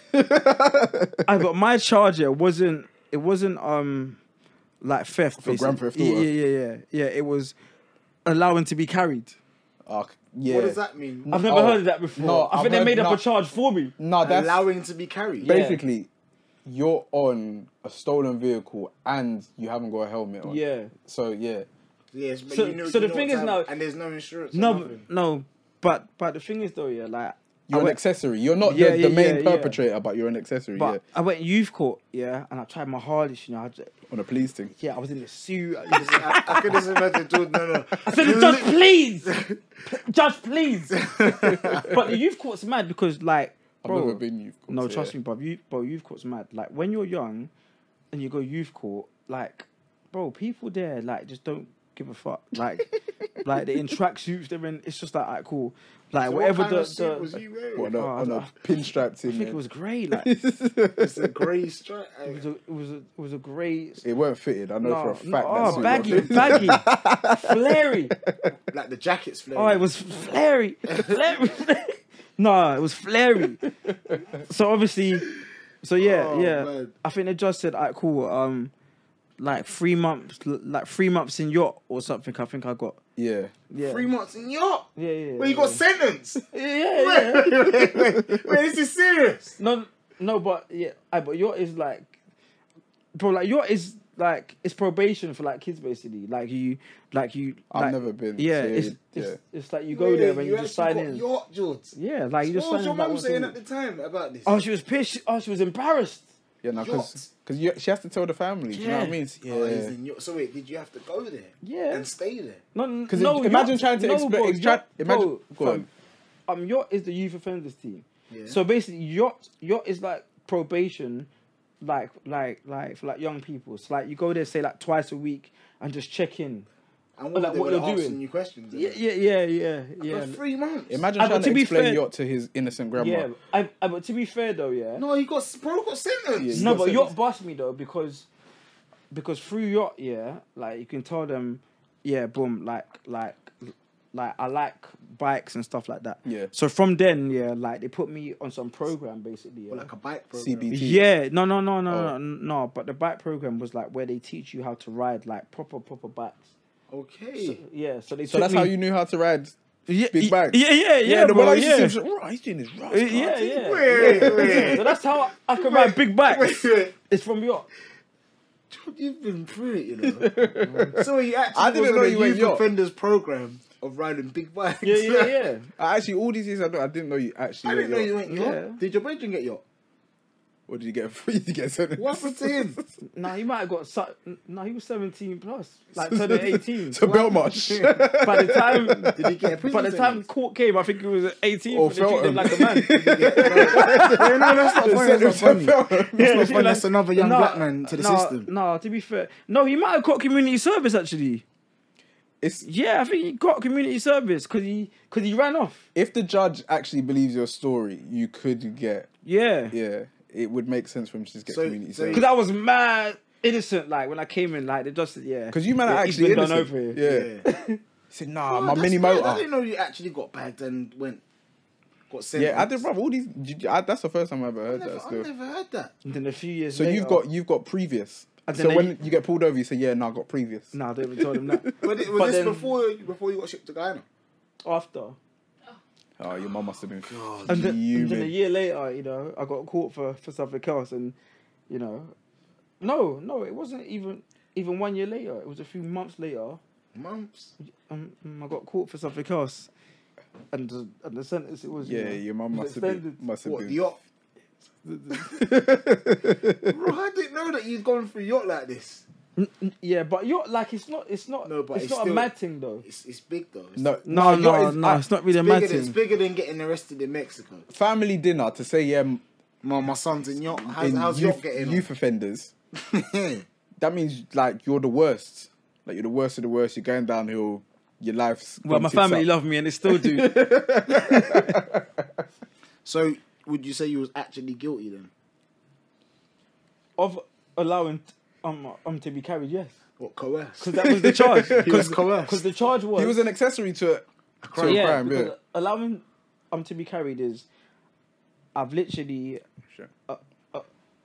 Speaker 1: I but my charge yeah wasn't it wasn't um like theft
Speaker 2: For grand
Speaker 1: basically.
Speaker 2: theft
Speaker 1: yeah,
Speaker 2: auto.
Speaker 1: yeah yeah yeah yeah it was allowing to be carried.
Speaker 2: Ah, c- yeah.
Speaker 3: What does that mean?
Speaker 1: I've never
Speaker 2: Oh,
Speaker 1: heard of that before.
Speaker 2: no,
Speaker 1: I
Speaker 2: I've
Speaker 1: think they
Speaker 2: heard-
Speaker 1: made up
Speaker 2: no.
Speaker 1: a charge for me.
Speaker 2: No, that's
Speaker 3: Allowing to be carried.
Speaker 1: Yeah.
Speaker 2: basically you're on a stolen vehicle and you haven't got a helmet on.
Speaker 1: Yeah.
Speaker 2: So yeah,
Speaker 3: Yes, but
Speaker 1: So-
Speaker 3: you know,
Speaker 1: so
Speaker 3: you
Speaker 1: the
Speaker 3: know
Speaker 1: thing
Speaker 3: what
Speaker 1: is
Speaker 3: time-
Speaker 1: now-
Speaker 3: and there's no insurance. or
Speaker 1: No,
Speaker 3: nothing.
Speaker 1: no, but but the thing is though, yeah, like
Speaker 2: you're
Speaker 1: I
Speaker 2: an
Speaker 1: went,
Speaker 2: accessory. You're not
Speaker 1: Yeah,
Speaker 2: the,
Speaker 1: yeah,
Speaker 2: the main
Speaker 1: yeah, yeah.
Speaker 2: perpetrator, but you're an accessory.
Speaker 1: but
Speaker 2: yeah,
Speaker 1: I went youth court, yeah, and I tried my hardest, you know. I j
Speaker 2: on a police thing.
Speaker 1: yeah, I was in the suit. I
Speaker 3: Listen, I, I could just imagine Jordan. No, no.
Speaker 1: I said, Judge, please, P- Judge, please. but the youth court's mad because, like,
Speaker 2: I've
Speaker 1: bro,
Speaker 2: never been youth court.
Speaker 1: no,
Speaker 2: so
Speaker 1: trust
Speaker 2: yeah.
Speaker 1: me, bro. You, bro, youth court's mad. Like when you're young, and you go youth court, like, bro, people there like just don't give a fuck. Like, like they in tracksuits, they're in. It's just like, alright, cool. Like
Speaker 3: So
Speaker 1: whatever
Speaker 3: what kind
Speaker 1: the,
Speaker 3: of suit
Speaker 1: the-
Speaker 3: was you wearing?
Speaker 2: On a,
Speaker 1: Oh, I
Speaker 2: on
Speaker 1: don't-
Speaker 2: a pinstrap
Speaker 1: I
Speaker 2: thing.
Speaker 1: think
Speaker 2: yeah.
Speaker 1: it was grey. Like, it
Speaker 2: it
Speaker 3: It's a grey eh, stripe.
Speaker 1: was a, it was a, it was a grey.
Speaker 2: weren't fitted. I know for a fact. that suit
Speaker 1: oh,
Speaker 2: weren't
Speaker 1: baggy,
Speaker 2: fitted.
Speaker 1: baggy, flary.
Speaker 3: Like the jacket's flaring.
Speaker 1: Oh, it was flary. flary. no, it was flary. so obviously, so yeah,
Speaker 3: Oh,
Speaker 1: yeah.
Speaker 3: man.
Speaker 1: I think the judge said, "Alright, cool. Um, like three months, like three months in yacht or something." I think I got.
Speaker 2: Yeah.
Speaker 1: Yeah.
Speaker 3: three months in yacht.
Speaker 1: yeah, yeah, yeah.
Speaker 3: Well, you got sentenced.
Speaker 1: yeah, yeah, yeah.
Speaker 3: wait, wait, wait, this is serious.
Speaker 1: No, no, but yeah, I, but yacht is like, bro, like yacht is like it's probation for like kids basically. Like you, like you.
Speaker 2: I've
Speaker 1: like-
Speaker 2: never been,
Speaker 1: Yeah,
Speaker 2: so
Speaker 1: it's,
Speaker 2: yeah.
Speaker 1: it's it's like you go there and you, just sign in.
Speaker 3: Yacht, Jordan.
Speaker 1: Yeah, like you just
Speaker 3: What
Speaker 1: sign
Speaker 3: was your
Speaker 1: in. like,
Speaker 3: mum
Speaker 1: what's
Speaker 3: saying
Speaker 1: in-
Speaker 3: at the time about this?
Speaker 1: Oh, she was pissed. She- Oh, she was embarrassed.
Speaker 2: Yeah, no,
Speaker 3: Yacht.
Speaker 2: because she has to tell the family. Do you know what I
Speaker 1: Yeah.
Speaker 2: mean? Yeah.
Speaker 3: Oh, he's in yacht. So wait, did you have to go there?
Speaker 1: Yeah.
Speaker 3: And stay there.
Speaker 1: No, n-
Speaker 2: Because
Speaker 1: no,
Speaker 2: imagine
Speaker 1: yacht-
Speaker 2: trying to
Speaker 1: no,
Speaker 2: expla-
Speaker 1: bro,
Speaker 2: extra-
Speaker 1: yacht-
Speaker 2: imagine.
Speaker 1: bro,
Speaker 2: go on.
Speaker 1: Um, yacht is the youth offenders team.
Speaker 3: Yeah.
Speaker 1: So basically, yacht yacht is like probation, like like like for like young people. So like you go there, say like twice a week, and just check in.
Speaker 3: And what,
Speaker 1: Like,
Speaker 3: they
Speaker 1: what
Speaker 3: were
Speaker 1: you're
Speaker 3: asking
Speaker 1: doing.
Speaker 3: you questions.
Speaker 1: Yeah, yeah, yeah, yeah, yeah.
Speaker 3: For three months.
Speaker 2: Imagine
Speaker 1: I- Uh, but
Speaker 2: trying to,
Speaker 1: to be
Speaker 2: explain
Speaker 1: fair-
Speaker 2: yacht to his innocent grandma.
Speaker 1: yeah, I, I, but to be fair though, yeah.
Speaker 3: No, he got bro got sentenced.
Speaker 2: Yeah,
Speaker 1: No,
Speaker 2: got
Speaker 1: but
Speaker 2: sentenced.
Speaker 1: yacht bust me though because because through yacht, yeah, like you can tell them, yeah, boom, like like like I like bikes and stuff like that.
Speaker 2: Yeah.
Speaker 1: So from then, yeah, like they put me on some program basically. Yeah.
Speaker 3: Or like a bike program.
Speaker 2: CBT.
Speaker 1: yeah, no, no, no, no, no,
Speaker 2: Oh.
Speaker 1: no. But the bike program was like where they teach you how to ride like proper, proper bikes.
Speaker 3: Okay.
Speaker 1: So, yeah, so they.
Speaker 2: So that's how you knew how to ride
Speaker 1: yeah,
Speaker 2: big bikes.
Speaker 1: Yeah, yeah, yeah, yeah,
Speaker 2: the
Speaker 1: bro,
Speaker 2: one I
Speaker 1: yeah.
Speaker 2: used to do, he's doing his
Speaker 1: Uh,
Speaker 2: right.
Speaker 1: yeah, yeah.
Speaker 3: Wait, wait, wait.
Speaker 1: So that's how I can ride big bikes.
Speaker 3: Wait, wait.
Speaker 1: It's from yacht.
Speaker 3: Dude, You've been through it, you know. so he actually
Speaker 2: I didn't
Speaker 3: was
Speaker 2: know
Speaker 3: on a
Speaker 2: you went
Speaker 3: youth
Speaker 2: yacht.
Speaker 3: offenders program of riding big bikes.
Speaker 1: Yeah, yeah, yeah.
Speaker 2: I actually, all these years I, don't- I didn't know you actually.
Speaker 3: I didn't know
Speaker 2: went
Speaker 3: you
Speaker 2: yacht.
Speaker 3: went yacht.
Speaker 1: Yeah.
Speaker 3: Did your brethren get yacht?
Speaker 2: Or did you get free? Did you get sentenced?
Speaker 3: What happened to him?
Speaker 1: Nah, he might have got. Su- nah, he was seventeen plus, like turning eighteen.
Speaker 2: So Belmarsh.
Speaker 1: by the time,
Speaker 3: Did he get a prison
Speaker 1: by the time
Speaker 3: sentence?
Speaker 1: court came, I think he was eighteen.
Speaker 3: Oh,
Speaker 2: Or
Speaker 1: Or they treated him
Speaker 2: felt
Speaker 1: like a man.
Speaker 3: no, no, that's not funny. That's not funny.
Speaker 1: Yeah,
Speaker 3: not
Speaker 1: she
Speaker 3: funny,
Speaker 1: like-
Speaker 3: that's another young black man to the
Speaker 1: nah,
Speaker 3: system.
Speaker 1: Nah, to be fair, no, he might have got community service actually.
Speaker 2: It's
Speaker 1: Yeah, I think he got community service because he because he ran off.
Speaker 2: if the judge actually believes your story, you could get
Speaker 1: Yeah,
Speaker 2: yeah. It would make sense for him to just get
Speaker 3: So-
Speaker 2: community
Speaker 3: so-
Speaker 1: because
Speaker 2: service.
Speaker 1: I was mad innocent. Like when I came in, like they just yeah.
Speaker 2: Because you man are
Speaker 1: yeah, he's
Speaker 2: actually
Speaker 1: been
Speaker 2: innocent.
Speaker 1: done over here.
Speaker 2: Yeah. He
Speaker 3: Yeah.
Speaker 2: said, nah,
Speaker 3: Oh,
Speaker 2: my
Speaker 3: that's
Speaker 2: mini
Speaker 3: good. I
Speaker 2: motor.
Speaker 3: didn't know you actually got bagged and went. Got sent.
Speaker 2: Yeah, I did, bruv. All these, you- I, that's the first time I ever heard that.
Speaker 3: I've
Speaker 2: Still.
Speaker 3: never heard that.
Speaker 1: And then a few years.
Speaker 2: So you've got you've got previous.
Speaker 1: And
Speaker 2: So
Speaker 1: then they-
Speaker 2: when you get pulled over, you say, yeah, no, I got previous.
Speaker 1: Nah, don't even tell them that.
Speaker 3: But it, was
Speaker 1: But
Speaker 3: this
Speaker 1: then-
Speaker 3: before before you got shipped to Guyana?
Speaker 1: After.
Speaker 2: Oh, your mum must have been.
Speaker 1: And then, and then a
Speaker 2: Fuming.
Speaker 1: year later, you know, I got caught for, for something else, and you know, no, no, it wasn't even even one year later. It was a few months later.
Speaker 3: Months.
Speaker 1: Um, um, I got caught for something else, and the, and the sentence it was you
Speaker 2: Yeah,
Speaker 1: know,
Speaker 2: your mum
Speaker 1: was
Speaker 2: must have been.
Speaker 1: extended.
Speaker 2: Must have
Speaker 3: What
Speaker 2: been.
Speaker 3: yacht? Bro, I didn't know that you'd gone through yacht like this.
Speaker 1: Yeah, but you're like it's not it's not
Speaker 3: No, but
Speaker 1: it's,
Speaker 3: it's
Speaker 1: not a
Speaker 3: still-
Speaker 1: mad thing though.
Speaker 3: It's, it's big though. It's,
Speaker 2: No,
Speaker 1: No,
Speaker 2: no,
Speaker 1: no,
Speaker 2: it's,
Speaker 1: no,
Speaker 2: I-
Speaker 1: it's not really a
Speaker 3: it's bigger
Speaker 1: mad
Speaker 3: than, it's
Speaker 1: thing.
Speaker 3: bigger than getting arrested in Mexico.
Speaker 2: family dinner to say yeah. m-
Speaker 3: My my son's in yacht. How's,
Speaker 2: in
Speaker 3: how's
Speaker 2: youth,
Speaker 3: yacht getting
Speaker 2: youth offenders.
Speaker 3: on?
Speaker 2: That means like you're the worst. Like you're the worst of the worst. You're going downhill. Your life's
Speaker 1: Well,
Speaker 2: gone
Speaker 1: my
Speaker 2: tits up.
Speaker 1: family love me and they still do.
Speaker 3: so would you say you was actually guilty then?
Speaker 1: of allowing um um to be carried, yes,
Speaker 3: What coerced?
Speaker 1: because that was the charge.
Speaker 3: He was
Speaker 1: Because
Speaker 3: coerced.
Speaker 1: the charge was
Speaker 2: He was an accessory to it.
Speaker 1: So
Speaker 2: to a
Speaker 1: yeah,
Speaker 2: crime,
Speaker 1: because
Speaker 2: yeah.
Speaker 1: allowing um to be carried is I've literally
Speaker 2: Sure.
Speaker 1: uh, uh,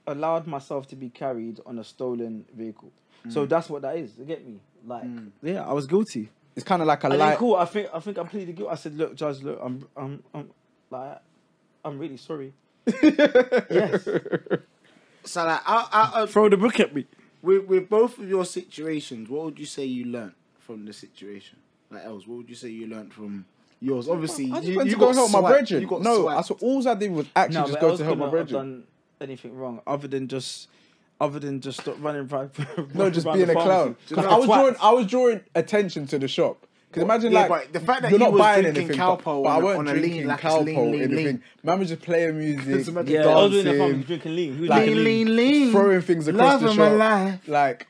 Speaker 1: allowed myself to be carried on a stolen vehicle.
Speaker 2: Mm.
Speaker 1: So that's what that is. You get me? Like yeah, I was guilty.
Speaker 2: It's kind of like a
Speaker 1: And then
Speaker 2: light.
Speaker 1: cool. I think I think I pleaded guilty. I said, look, judge, look, I'm I'm, I'm like I'm really sorry. yes,
Speaker 3: so like, out, out of,
Speaker 1: throw the book at me.
Speaker 3: with, with both of your situations, what would you say you learned from the situation? Like else, what would you say you learned from yours? Obviously,
Speaker 2: I just
Speaker 3: you,
Speaker 2: went
Speaker 3: you
Speaker 2: to go
Speaker 3: got
Speaker 2: and help my
Speaker 3: swiped.
Speaker 2: brethren.
Speaker 3: You got
Speaker 2: No,
Speaker 3: swiped.
Speaker 2: that's what, all I did was actually
Speaker 1: No,
Speaker 2: just
Speaker 1: but
Speaker 2: go
Speaker 1: else
Speaker 2: to help my
Speaker 1: couldn't have
Speaker 2: brethren.
Speaker 1: done anything wrong other than just other than just stop running around.
Speaker 2: No, just being a clown. 'Cause I was drawing, I was drawing attention to the shop. Because imagine
Speaker 3: Yeah,
Speaker 2: like
Speaker 3: but the fact that
Speaker 2: you're
Speaker 3: you
Speaker 2: not
Speaker 3: was
Speaker 2: buying
Speaker 3: drinking
Speaker 2: anything,
Speaker 3: cow
Speaker 2: but,
Speaker 3: pole
Speaker 2: but I
Speaker 3: on a-
Speaker 2: weren't
Speaker 3: on a lean,
Speaker 2: drinking
Speaker 3: like,
Speaker 2: cow
Speaker 3: lean,
Speaker 2: pole
Speaker 3: lean,
Speaker 2: anything.
Speaker 3: lean.
Speaker 2: Man was just playing music,
Speaker 3: imagine
Speaker 1: Yeah, I was doing that. farm,
Speaker 2: dancing,
Speaker 1: drinking lean. He was
Speaker 2: Like-
Speaker 1: drinking lean.
Speaker 3: lean, lean.
Speaker 2: throwing things across
Speaker 3: Love
Speaker 2: the
Speaker 3: him
Speaker 2: shop.
Speaker 3: alive.
Speaker 2: Like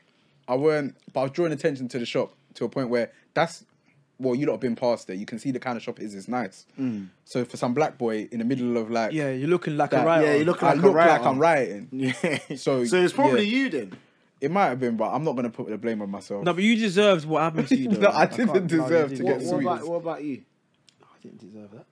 Speaker 2: I weren't, but I was drawing attention to the shop to a point where that's well, you lot have been past there. You can see the kind of shop it is. It's nice.
Speaker 3: Mm.
Speaker 2: So for some black boy in the middle of like
Speaker 1: Yeah, you're looking like
Speaker 2: That-
Speaker 1: a riot.
Speaker 3: yeah, you look-
Speaker 2: I
Speaker 3: like a
Speaker 2: look like
Speaker 3: rioter.
Speaker 2: I'm rioting.
Speaker 3: Yeah.
Speaker 2: So,
Speaker 3: so it's probably
Speaker 2: yeah.
Speaker 3: you then.
Speaker 2: It might have been, but I'm not gonna put the blame on myself.
Speaker 1: No, but you deserved what happened to you. Though.
Speaker 2: No, I
Speaker 1: can't-
Speaker 2: didn't
Speaker 1: no, you
Speaker 2: deserve
Speaker 1: didn't.
Speaker 2: to
Speaker 3: What,
Speaker 2: get
Speaker 3: what,
Speaker 2: sweet.
Speaker 3: about, what about you?
Speaker 1: I didn't deserve that.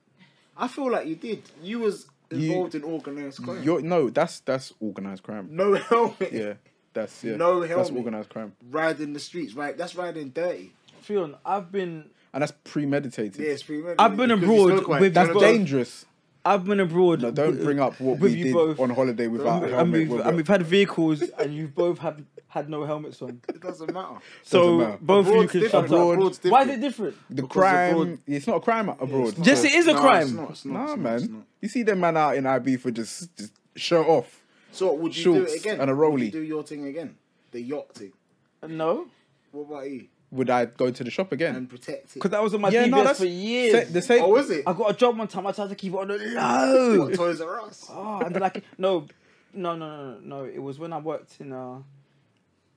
Speaker 3: I feel like you did. You was involved in organized crime.
Speaker 2: You're, no, that's that's organized crime.
Speaker 3: no helmet.
Speaker 2: Yeah, that's yeah.
Speaker 3: No
Speaker 2: that's
Speaker 3: helmet.
Speaker 2: organized crime,
Speaker 3: Riding the streets, right? That's riding dirty.
Speaker 1: Fionn, I've been
Speaker 2: and that's premeditated.
Speaker 3: Yeah, it's premeditated.
Speaker 1: I've been
Speaker 3: because you
Speaker 1: abroad
Speaker 3: look like-
Speaker 1: with
Speaker 2: that's
Speaker 1: both-
Speaker 2: dangerous.
Speaker 1: I've been abroad.
Speaker 2: No, don't
Speaker 1: with-
Speaker 2: bring up what
Speaker 1: with
Speaker 2: we
Speaker 1: you
Speaker 2: did
Speaker 1: both.
Speaker 2: on holiday without a
Speaker 1: and,
Speaker 2: helmet.
Speaker 1: we've,
Speaker 2: We'll
Speaker 1: and
Speaker 2: go-
Speaker 1: we've had vehicles, and you both have had no helmets on.
Speaker 3: It doesn't matter.
Speaker 1: So
Speaker 2: matter.
Speaker 1: both of you
Speaker 3: Abroad's
Speaker 1: can shut
Speaker 3: different.
Speaker 1: up.
Speaker 3: Abroad's
Speaker 1: Why is
Speaker 3: different.
Speaker 1: it different?
Speaker 2: the
Speaker 3: because
Speaker 2: crime,
Speaker 3: abroad-
Speaker 2: it's not a crime abroad.
Speaker 1: Yes, it is a
Speaker 3: No,
Speaker 1: crime.
Speaker 3: It's not, it's not,
Speaker 2: Nah,
Speaker 3: it's not,
Speaker 2: man.
Speaker 3: it's not.
Speaker 2: You see them man out in IB for just, just shirt off.
Speaker 3: So what, would you do
Speaker 2: Shorts
Speaker 3: it again?
Speaker 2: and a
Speaker 3: Would
Speaker 2: rollie.
Speaker 3: you do your thing again? The yacht thing.
Speaker 1: No,
Speaker 3: What about you?
Speaker 2: Would I go to the shop again?
Speaker 3: And protect it.
Speaker 1: because that was on my
Speaker 2: yeah,
Speaker 1: DBS
Speaker 2: no, that's
Speaker 1: for years.
Speaker 2: sa- the same.
Speaker 3: Oh, was it?
Speaker 1: I got a job one time. I tried to keep it on the low.
Speaker 3: What, Toys R Us.
Speaker 1: oh, and then like no, no, no, no, no, no. It was when I worked in a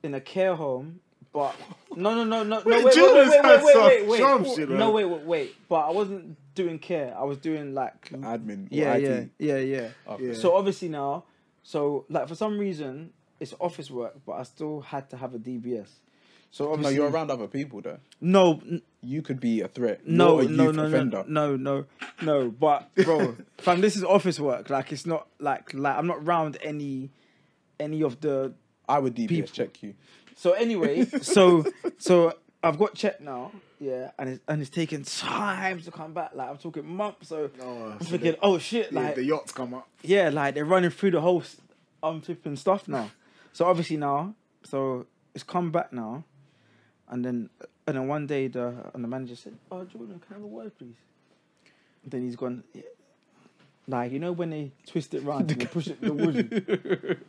Speaker 1: in a care home, but no, no, no, no,
Speaker 3: Wait,
Speaker 1: no. Wait,
Speaker 3: children's
Speaker 1: wait, wait,
Speaker 3: homes
Speaker 1: wait,
Speaker 3: are
Speaker 1: wait, wait,
Speaker 3: jumps,
Speaker 1: wait.
Speaker 3: you know.
Speaker 1: No, wait, wait, wait. But I wasn't doing care. I was doing like
Speaker 2: Admin. or
Speaker 1: yeah,
Speaker 2: IT.
Speaker 1: yeah, yeah, yeah,
Speaker 2: Okay.
Speaker 1: Uh, So obviously now, so like for some reason it's office work, but I still had to have a DBS. So
Speaker 2: No,
Speaker 1: obviously
Speaker 2: you're around other people though.
Speaker 1: no, n-
Speaker 2: You could be a threat.
Speaker 1: no,
Speaker 2: You're a
Speaker 1: no,
Speaker 2: youth
Speaker 1: no,
Speaker 2: offender.
Speaker 1: no, no, no, no. But bro, fam, this is office work. Like it's not like like I'm not round any any of the.
Speaker 2: I would DBS
Speaker 1: People.
Speaker 2: check you.
Speaker 1: So anyway, so so I've got checked now. Yeah, and it's and it's taking time to come back. Like I'm talking months. So
Speaker 3: Oh,
Speaker 1: I'm
Speaker 3: so
Speaker 1: thinking,
Speaker 3: the-
Speaker 1: oh shit,
Speaker 3: Yeah,
Speaker 1: like
Speaker 3: the yacht's come up.
Speaker 1: yeah, like they're running through the whole s- um flipping stuff now. So obviously now, so it's come back now, and then uh, and then one day the and the manager said, "Oh Jordan, can I have a word, please?" Then he's gone, yeah. like you know when they twist it round and they push it to the wood.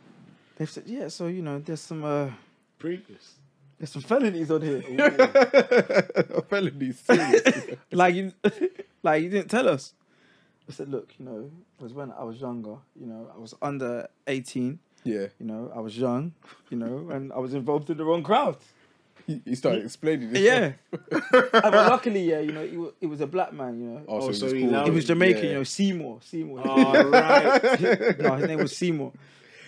Speaker 1: They've said, "Yeah, so you know there's some uh
Speaker 3: Previous.
Speaker 1: there's some felonies on here,
Speaker 2: a felony. serious.
Speaker 1: like you like you didn't tell us." I said, "Look, you know, it was when I was younger. You know, I was under eighteen.
Speaker 2: yeah.
Speaker 1: you know, I was young, you know, and I was involved in the wrong crowd.
Speaker 2: He, he started explaining this.
Speaker 1: Yeah. but luckily, yeah, you know, it was, it was a black man, you know.
Speaker 2: Oh, so,
Speaker 3: Oh,
Speaker 2: he
Speaker 3: so
Speaker 2: was
Speaker 3: he
Speaker 2: cool.
Speaker 3: allowed
Speaker 1: It was Jamaican,
Speaker 2: Yeah.
Speaker 1: you know, Seymour, Seymour.
Speaker 3: All right.
Speaker 1: no, his name was Seymour.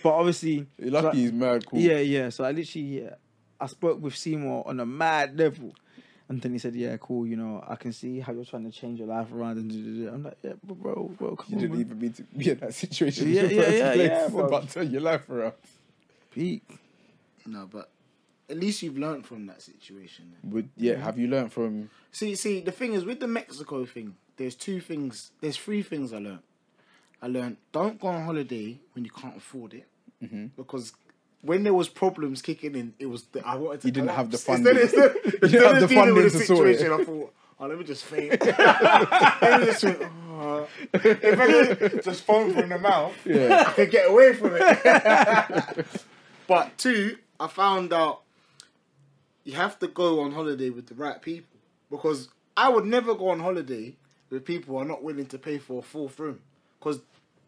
Speaker 1: But obviously,
Speaker 2: You're lucky
Speaker 1: so I-
Speaker 2: he's mad cool.
Speaker 1: yeah, yeah. So I literally, yeah, I spoke with Seymour on a mad level. And then he said, "Yeah, cool. You know, I can see how you're trying to change your life around." And da-da-da." I'm like, "Yeah, but bro, bro, come
Speaker 2: You
Speaker 1: on,
Speaker 2: didn't
Speaker 1: man.
Speaker 2: even need to be in that situation
Speaker 1: Yeah,
Speaker 2: in the
Speaker 1: yeah,
Speaker 2: first
Speaker 1: yeah,
Speaker 2: place.
Speaker 1: yeah, bro.
Speaker 2: but turn your life around.
Speaker 1: Peak.
Speaker 3: No, but at least you've learned from that situation. Then.
Speaker 2: Would, yeah, have you learned from
Speaker 3: See, see, the thing is with the Mexico thing, there's two things, there's three things I learned. I learned don't go on holiday when you can't afford it,
Speaker 2: Mm-hmm.
Speaker 3: because when there was problems kicking in, it was the, I wanted to.
Speaker 2: You didn't have the
Speaker 3: collapse.
Speaker 2: funding.
Speaker 3: Instead, instead,
Speaker 2: You
Speaker 3: instead
Speaker 2: didn't have
Speaker 3: of
Speaker 2: the
Speaker 3: dealing with
Speaker 2: funding to sort it.
Speaker 3: situation, I thought, oh, let me just faint. Let me just, faint. Oh. If I could just foam from the mouth,
Speaker 2: Yeah.
Speaker 3: I could get away from it. but two, I found out you have to go on holiday with the right people because I would never go on holiday with people who are not willing to pay for a fourth room because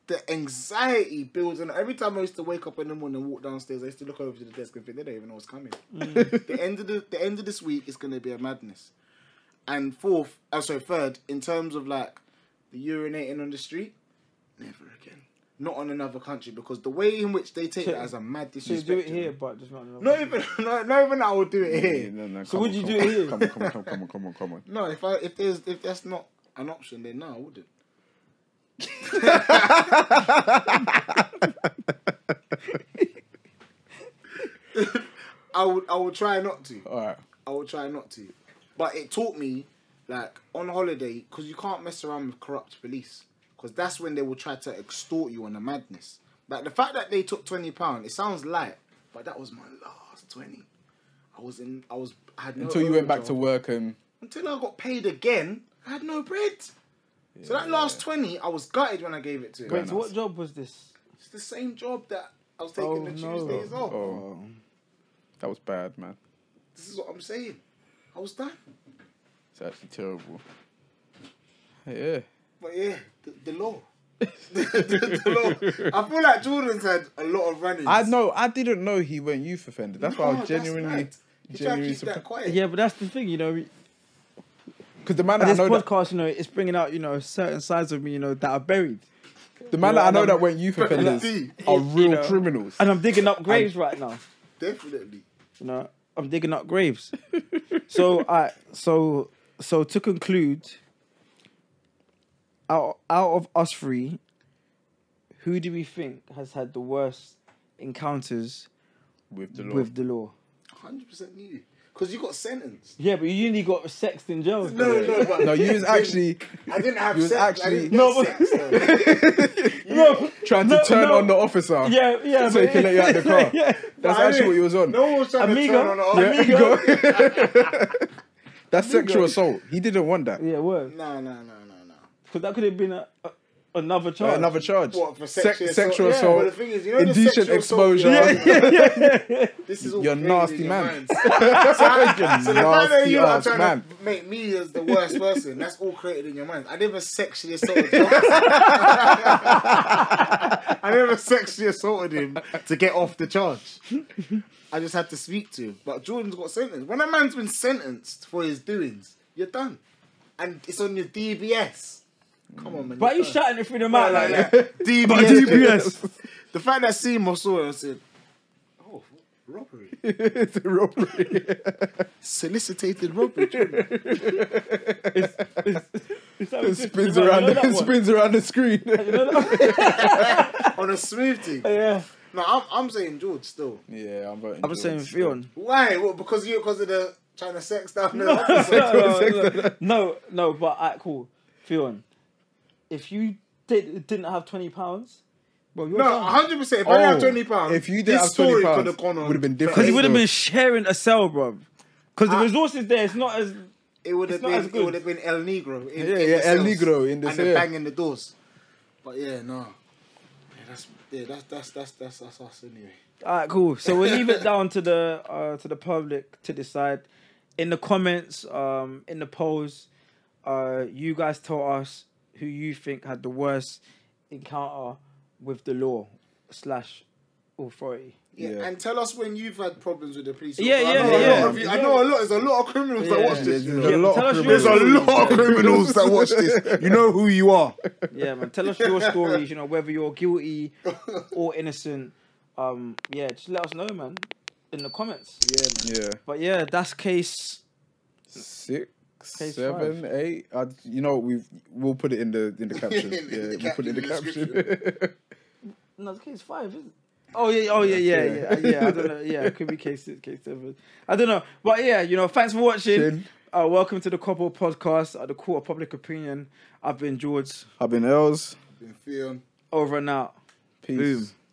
Speaker 3: the anxiety builds. And every time I used to wake up in the morning and walk downstairs, I used to look over to the desk and think they don't even know what's coming. the end of the, the end of this week is going to be a madness. And fourth, oh, sorry, third, in terms of like the urinating on the street, never again. Not on another country because the way in which they take that as a mad
Speaker 1: So you
Speaker 3: disrespect.
Speaker 1: do it
Speaker 3: you know.
Speaker 1: here, but just not. in another
Speaker 3: Not
Speaker 1: country.
Speaker 3: even, not, not even. I will do it here.
Speaker 2: No, no,
Speaker 1: So
Speaker 2: come
Speaker 1: would
Speaker 2: on,
Speaker 1: you
Speaker 2: come
Speaker 1: do it
Speaker 2: on,
Speaker 1: here?
Speaker 2: Come on, come on, come on, come on, come on, come on.
Speaker 3: No, if I if there's if that's not an option, then no, I wouldn't. I would I would try not to.
Speaker 2: All right.
Speaker 3: I would try not to. But it taught me, like, on holiday, because you can't mess around with corrupt police. Because that's when they will try to extort you on the madness. Like, the fact that they took £20, it sounds light, but that was my last 20 I was in, I was, I had no
Speaker 2: Until you went back
Speaker 3: overdraft.
Speaker 2: to work and
Speaker 3: Until I got paid again, I had no bread. so that last 20 I was gutted when I gave it to him.
Speaker 1: Wait, so what job was this?
Speaker 3: It's the same job that I was taking
Speaker 1: Oh,
Speaker 3: the
Speaker 1: no.
Speaker 3: Tuesdays off.
Speaker 2: oh, that was bad, man.
Speaker 3: This is what I'm saying. I was done.
Speaker 2: It's actually terrible. Yeah.
Speaker 3: But yeah, the, the law. the law. I feel like Jordan's had a lot of running.
Speaker 2: I know. I didn't know he went youth offender. That's why I was genuinely,
Speaker 3: You try to
Speaker 2: genuinely
Speaker 3: keep
Speaker 2: surprised.
Speaker 3: that quiet.
Speaker 1: Yeah, but that's the thing, you know. we-
Speaker 2: Because the man that I
Speaker 1: This
Speaker 2: know, that,
Speaker 1: podcast, you know, it's bringing out, you know, certain sides of me, you know, that are buried.
Speaker 2: the man that I know
Speaker 1: I'm-
Speaker 2: that went youth offenders
Speaker 3: See,
Speaker 2: are
Speaker 1: you
Speaker 2: real
Speaker 1: know.
Speaker 2: criminals.
Speaker 1: And I'm digging up graves right now.
Speaker 3: Definitely.
Speaker 1: You know, I'm digging up graves. so I so so to conclude, out out of us three, who do we think has had the worst encounters
Speaker 2: With the law.
Speaker 1: with the law?
Speaker 3: 100% you. Because you got sentenced.
Speaker 1: Yeah, but you only got sexed in jail.
Speaker 3: No, no, but
Speaker 2: no, you was actually
Speaker 3: I didn't have
Speaker 2: you was
Speaker 3: sex.
Speaker 2: actually-
Speaker 3: I didn't
Speaker 1: No,
Speaker 3: get sex, though.
Speaker 1: no,
Speaker 2: trying to
Speaker 1: No,
Speaker 2: turn
Speaker 1: no.
Speaker 2: on the officer.
Speaker 1: yeah, yeah.
Speaker 2: So he
Speaker 1: but-
Speaker 2: can let you out the car.
Speaker 1: yeah.
Speaker 2: That's
Speaker 3: I
Speaker 2: actually
Speaker 3: didn't-
Speaker 2: what he was on.
Speaker 3: No one was trying
Speaker 1: Amigo.
Speaker 3: to turn on the
Speaker 1: Yeah.
Speaker 2: Yeah,
Speaker 1: Amigo.
Speaker 2: amigo. That's sexual
Speaker 1: Amigo.
Speaker 2: assault. He didn't want that.
Speaker 1: Yeah, word.
Speaker 3: No, no, no, no, no.
Speaker 1: Because that could have been a, a, another
Speaker 2: Uh,
Speaker 1: charge.
Speaker 2: Another charge.
Speaker 3: What, for
Speaker 2: Se-
Speaker 3: sexual assault?
Speaker 2: sexual
Speaker 3: Yeah,
Speaker 2: assault,
Speaker 3: but the thing is, you know the
Speaker 2: indecent
Speaker 3: sexual assault,
Speaker 2: exposure.
Speaker 3: yeah.
Speaker 1: yeah, yeah, yeah.
Speaker 3: This is all
Speaker 2: You're
Speaker 3: played
Speaker 2: nasty
Speaker 3: in your
Speaker 2: man.
Speaker 3: minds. so I, so the fact that
Speaker 2: Nasty
Speaker 3: you are
Speaker 2: ass
Speaker 3: trying
Speaker 2: man.
Speaker 3: to make me as the worst person, that's all created in your mind. I never sexually assaulted him. I never sexually assaulted him to get off the charge. I just had to speak to him. But Jordan's got sentenced. When a man's been sentenced for his doings, you're done. And it's on your DBS. Come on, man.
Speaker 1: But you
Speaker 3: you're done.
Speaker 1: shouting it through the mouth like that.
Speaker 3: DBS.
Speaker 1: DBS.
Speaker 3: The fact that Seymour saw it and said, oh, robbery.
Speaker 2: It's a robbery.
Speaker 3: Solicited robbery. Jordan.
Speaker 1: Is that what
Speaker 2: It
Speaker 1: it-
Speaker 2: spins
Speaker 1: you know- you
Speaker 2: around.
Speaker 1: know that
Speaker 2: It
Speaker 1: one?
Speaker 2: spins around the screen.
Speaker 3: on a smooth thing.
Speaker 1: Yeah.
Speaker 3: No, I'm, I'm saying George still.
Speaker 2: Yeah, I'm voting.
Speaker 1: I'm just saying,
Speaker 2: George.
Speaker 1: Fion.
Speaker 3: Why? Well, because you because of the China sex down there.
Speaker 1: no, no, no, no, no, but alright, cool. Fion, if you did, didn't have twenty pounds, well, you're
Speaker 3: No,
Speaker 1: done.
Speaker 3: hundred percent. If I only had
Speaker 2: Oh,
Speaker 3: twenty pounds,
Speaker 2: if you didn't
Speaker 3: this
Speaker 2: have 20
Speaker 3: story
Speaker 2: pounds,
Speaker 3: could have gone on.
Speaker 2: would've been
Speaker 1: Because
Speaker 2: different.
Speaker 1: you would have
Speaker 2: Hey,
Speaker 1: been sharing a cell, bro. Because the
Speaker 3: I-
Speaker 1: resources there, it's not as
Speaker 3: It would have
Speaker 1: It's not
Speaker 3: been.
Speaker 1: as good.
Speaker 3: It would have been El Negro. In,
Speaker 2: Yeah,
Speaker 3: in
Speaker 2: yeah,
Speaker 3: the
Speaker 2: El
Speaker 3: cells
Speaker 2: Negro in the
Speaker 3: and
Speaker 2: cell.
Speaker 3: the banging the doors. But yeah, no. Yeah, that's yeah, that's that's that's that's, that's us anyway.
Speaker 1: All right, cool. So we'll leave it down to the uh, to the public to decide. In the comments, um, in the polls, uh, you guys tell us who you think had the worst encounter with the law slash authority.
Speaker 3: Yeah.
Speaker 2: Yeah.
Speaker 3: and tell us when you've had problems with the police.
Speaker 1: Yeah,
Speaker 3: I know
Speaker 1: yeah,
Speaker 3: a
Speaker 1: yeah.
Speaker 3: lot of you- I know a lot. There's a lot of criminals that
Speaker 1: Yeah.
Speaker 3: watch this.
Speaker 2: There's
Speaker 3: you know.
Speaker 2: a
Speaker 1: Yeah,
Speaker 2: lot
Speaker 1: tell us
Speaker 2: of
Speaker 1: yours.
Speaker 3: There's
Speaker 2: criminals.
Speaker 3: a lot of criminals that watch this. You know who you are.
Speaker 1: Yeah, man. Tell us your stories. You know whether you're guilty or innocent. Um, yeah, just let us know, man, in the comments.
Speaker 3: Yeah,
Speaker 2: Yeah.
Speaker 1: But yeah, that's case.
Speaker 2: Six,
Speaker 1: Page
Speaker 2: seven, eight. I, you know, we we'll put it in the in the caption.
Speaker 3: In the
Speaker 2: yeah, we'll put it in the
Speaker 3: caption,
Speaker 2: caption.
Speaker 1: No, it's case five, isn't it? Oh yeah, oh yeah, yeah, yeah, yeah. I don't know. Yeah, it could be case six, case seven. I don't know, but yeah, you know. Thanks for watching.
Speaker 2: Shin.
Speaker 1: Uh, welcome to the Cobble Podcast at the Court of Public Opinion. I've been George.
Speaker 2: I've been Els.
Speaker 3: Been feeling.
Speaker 1: Over and out.
Speaker 2: Peace.
Speaker 1: Boom.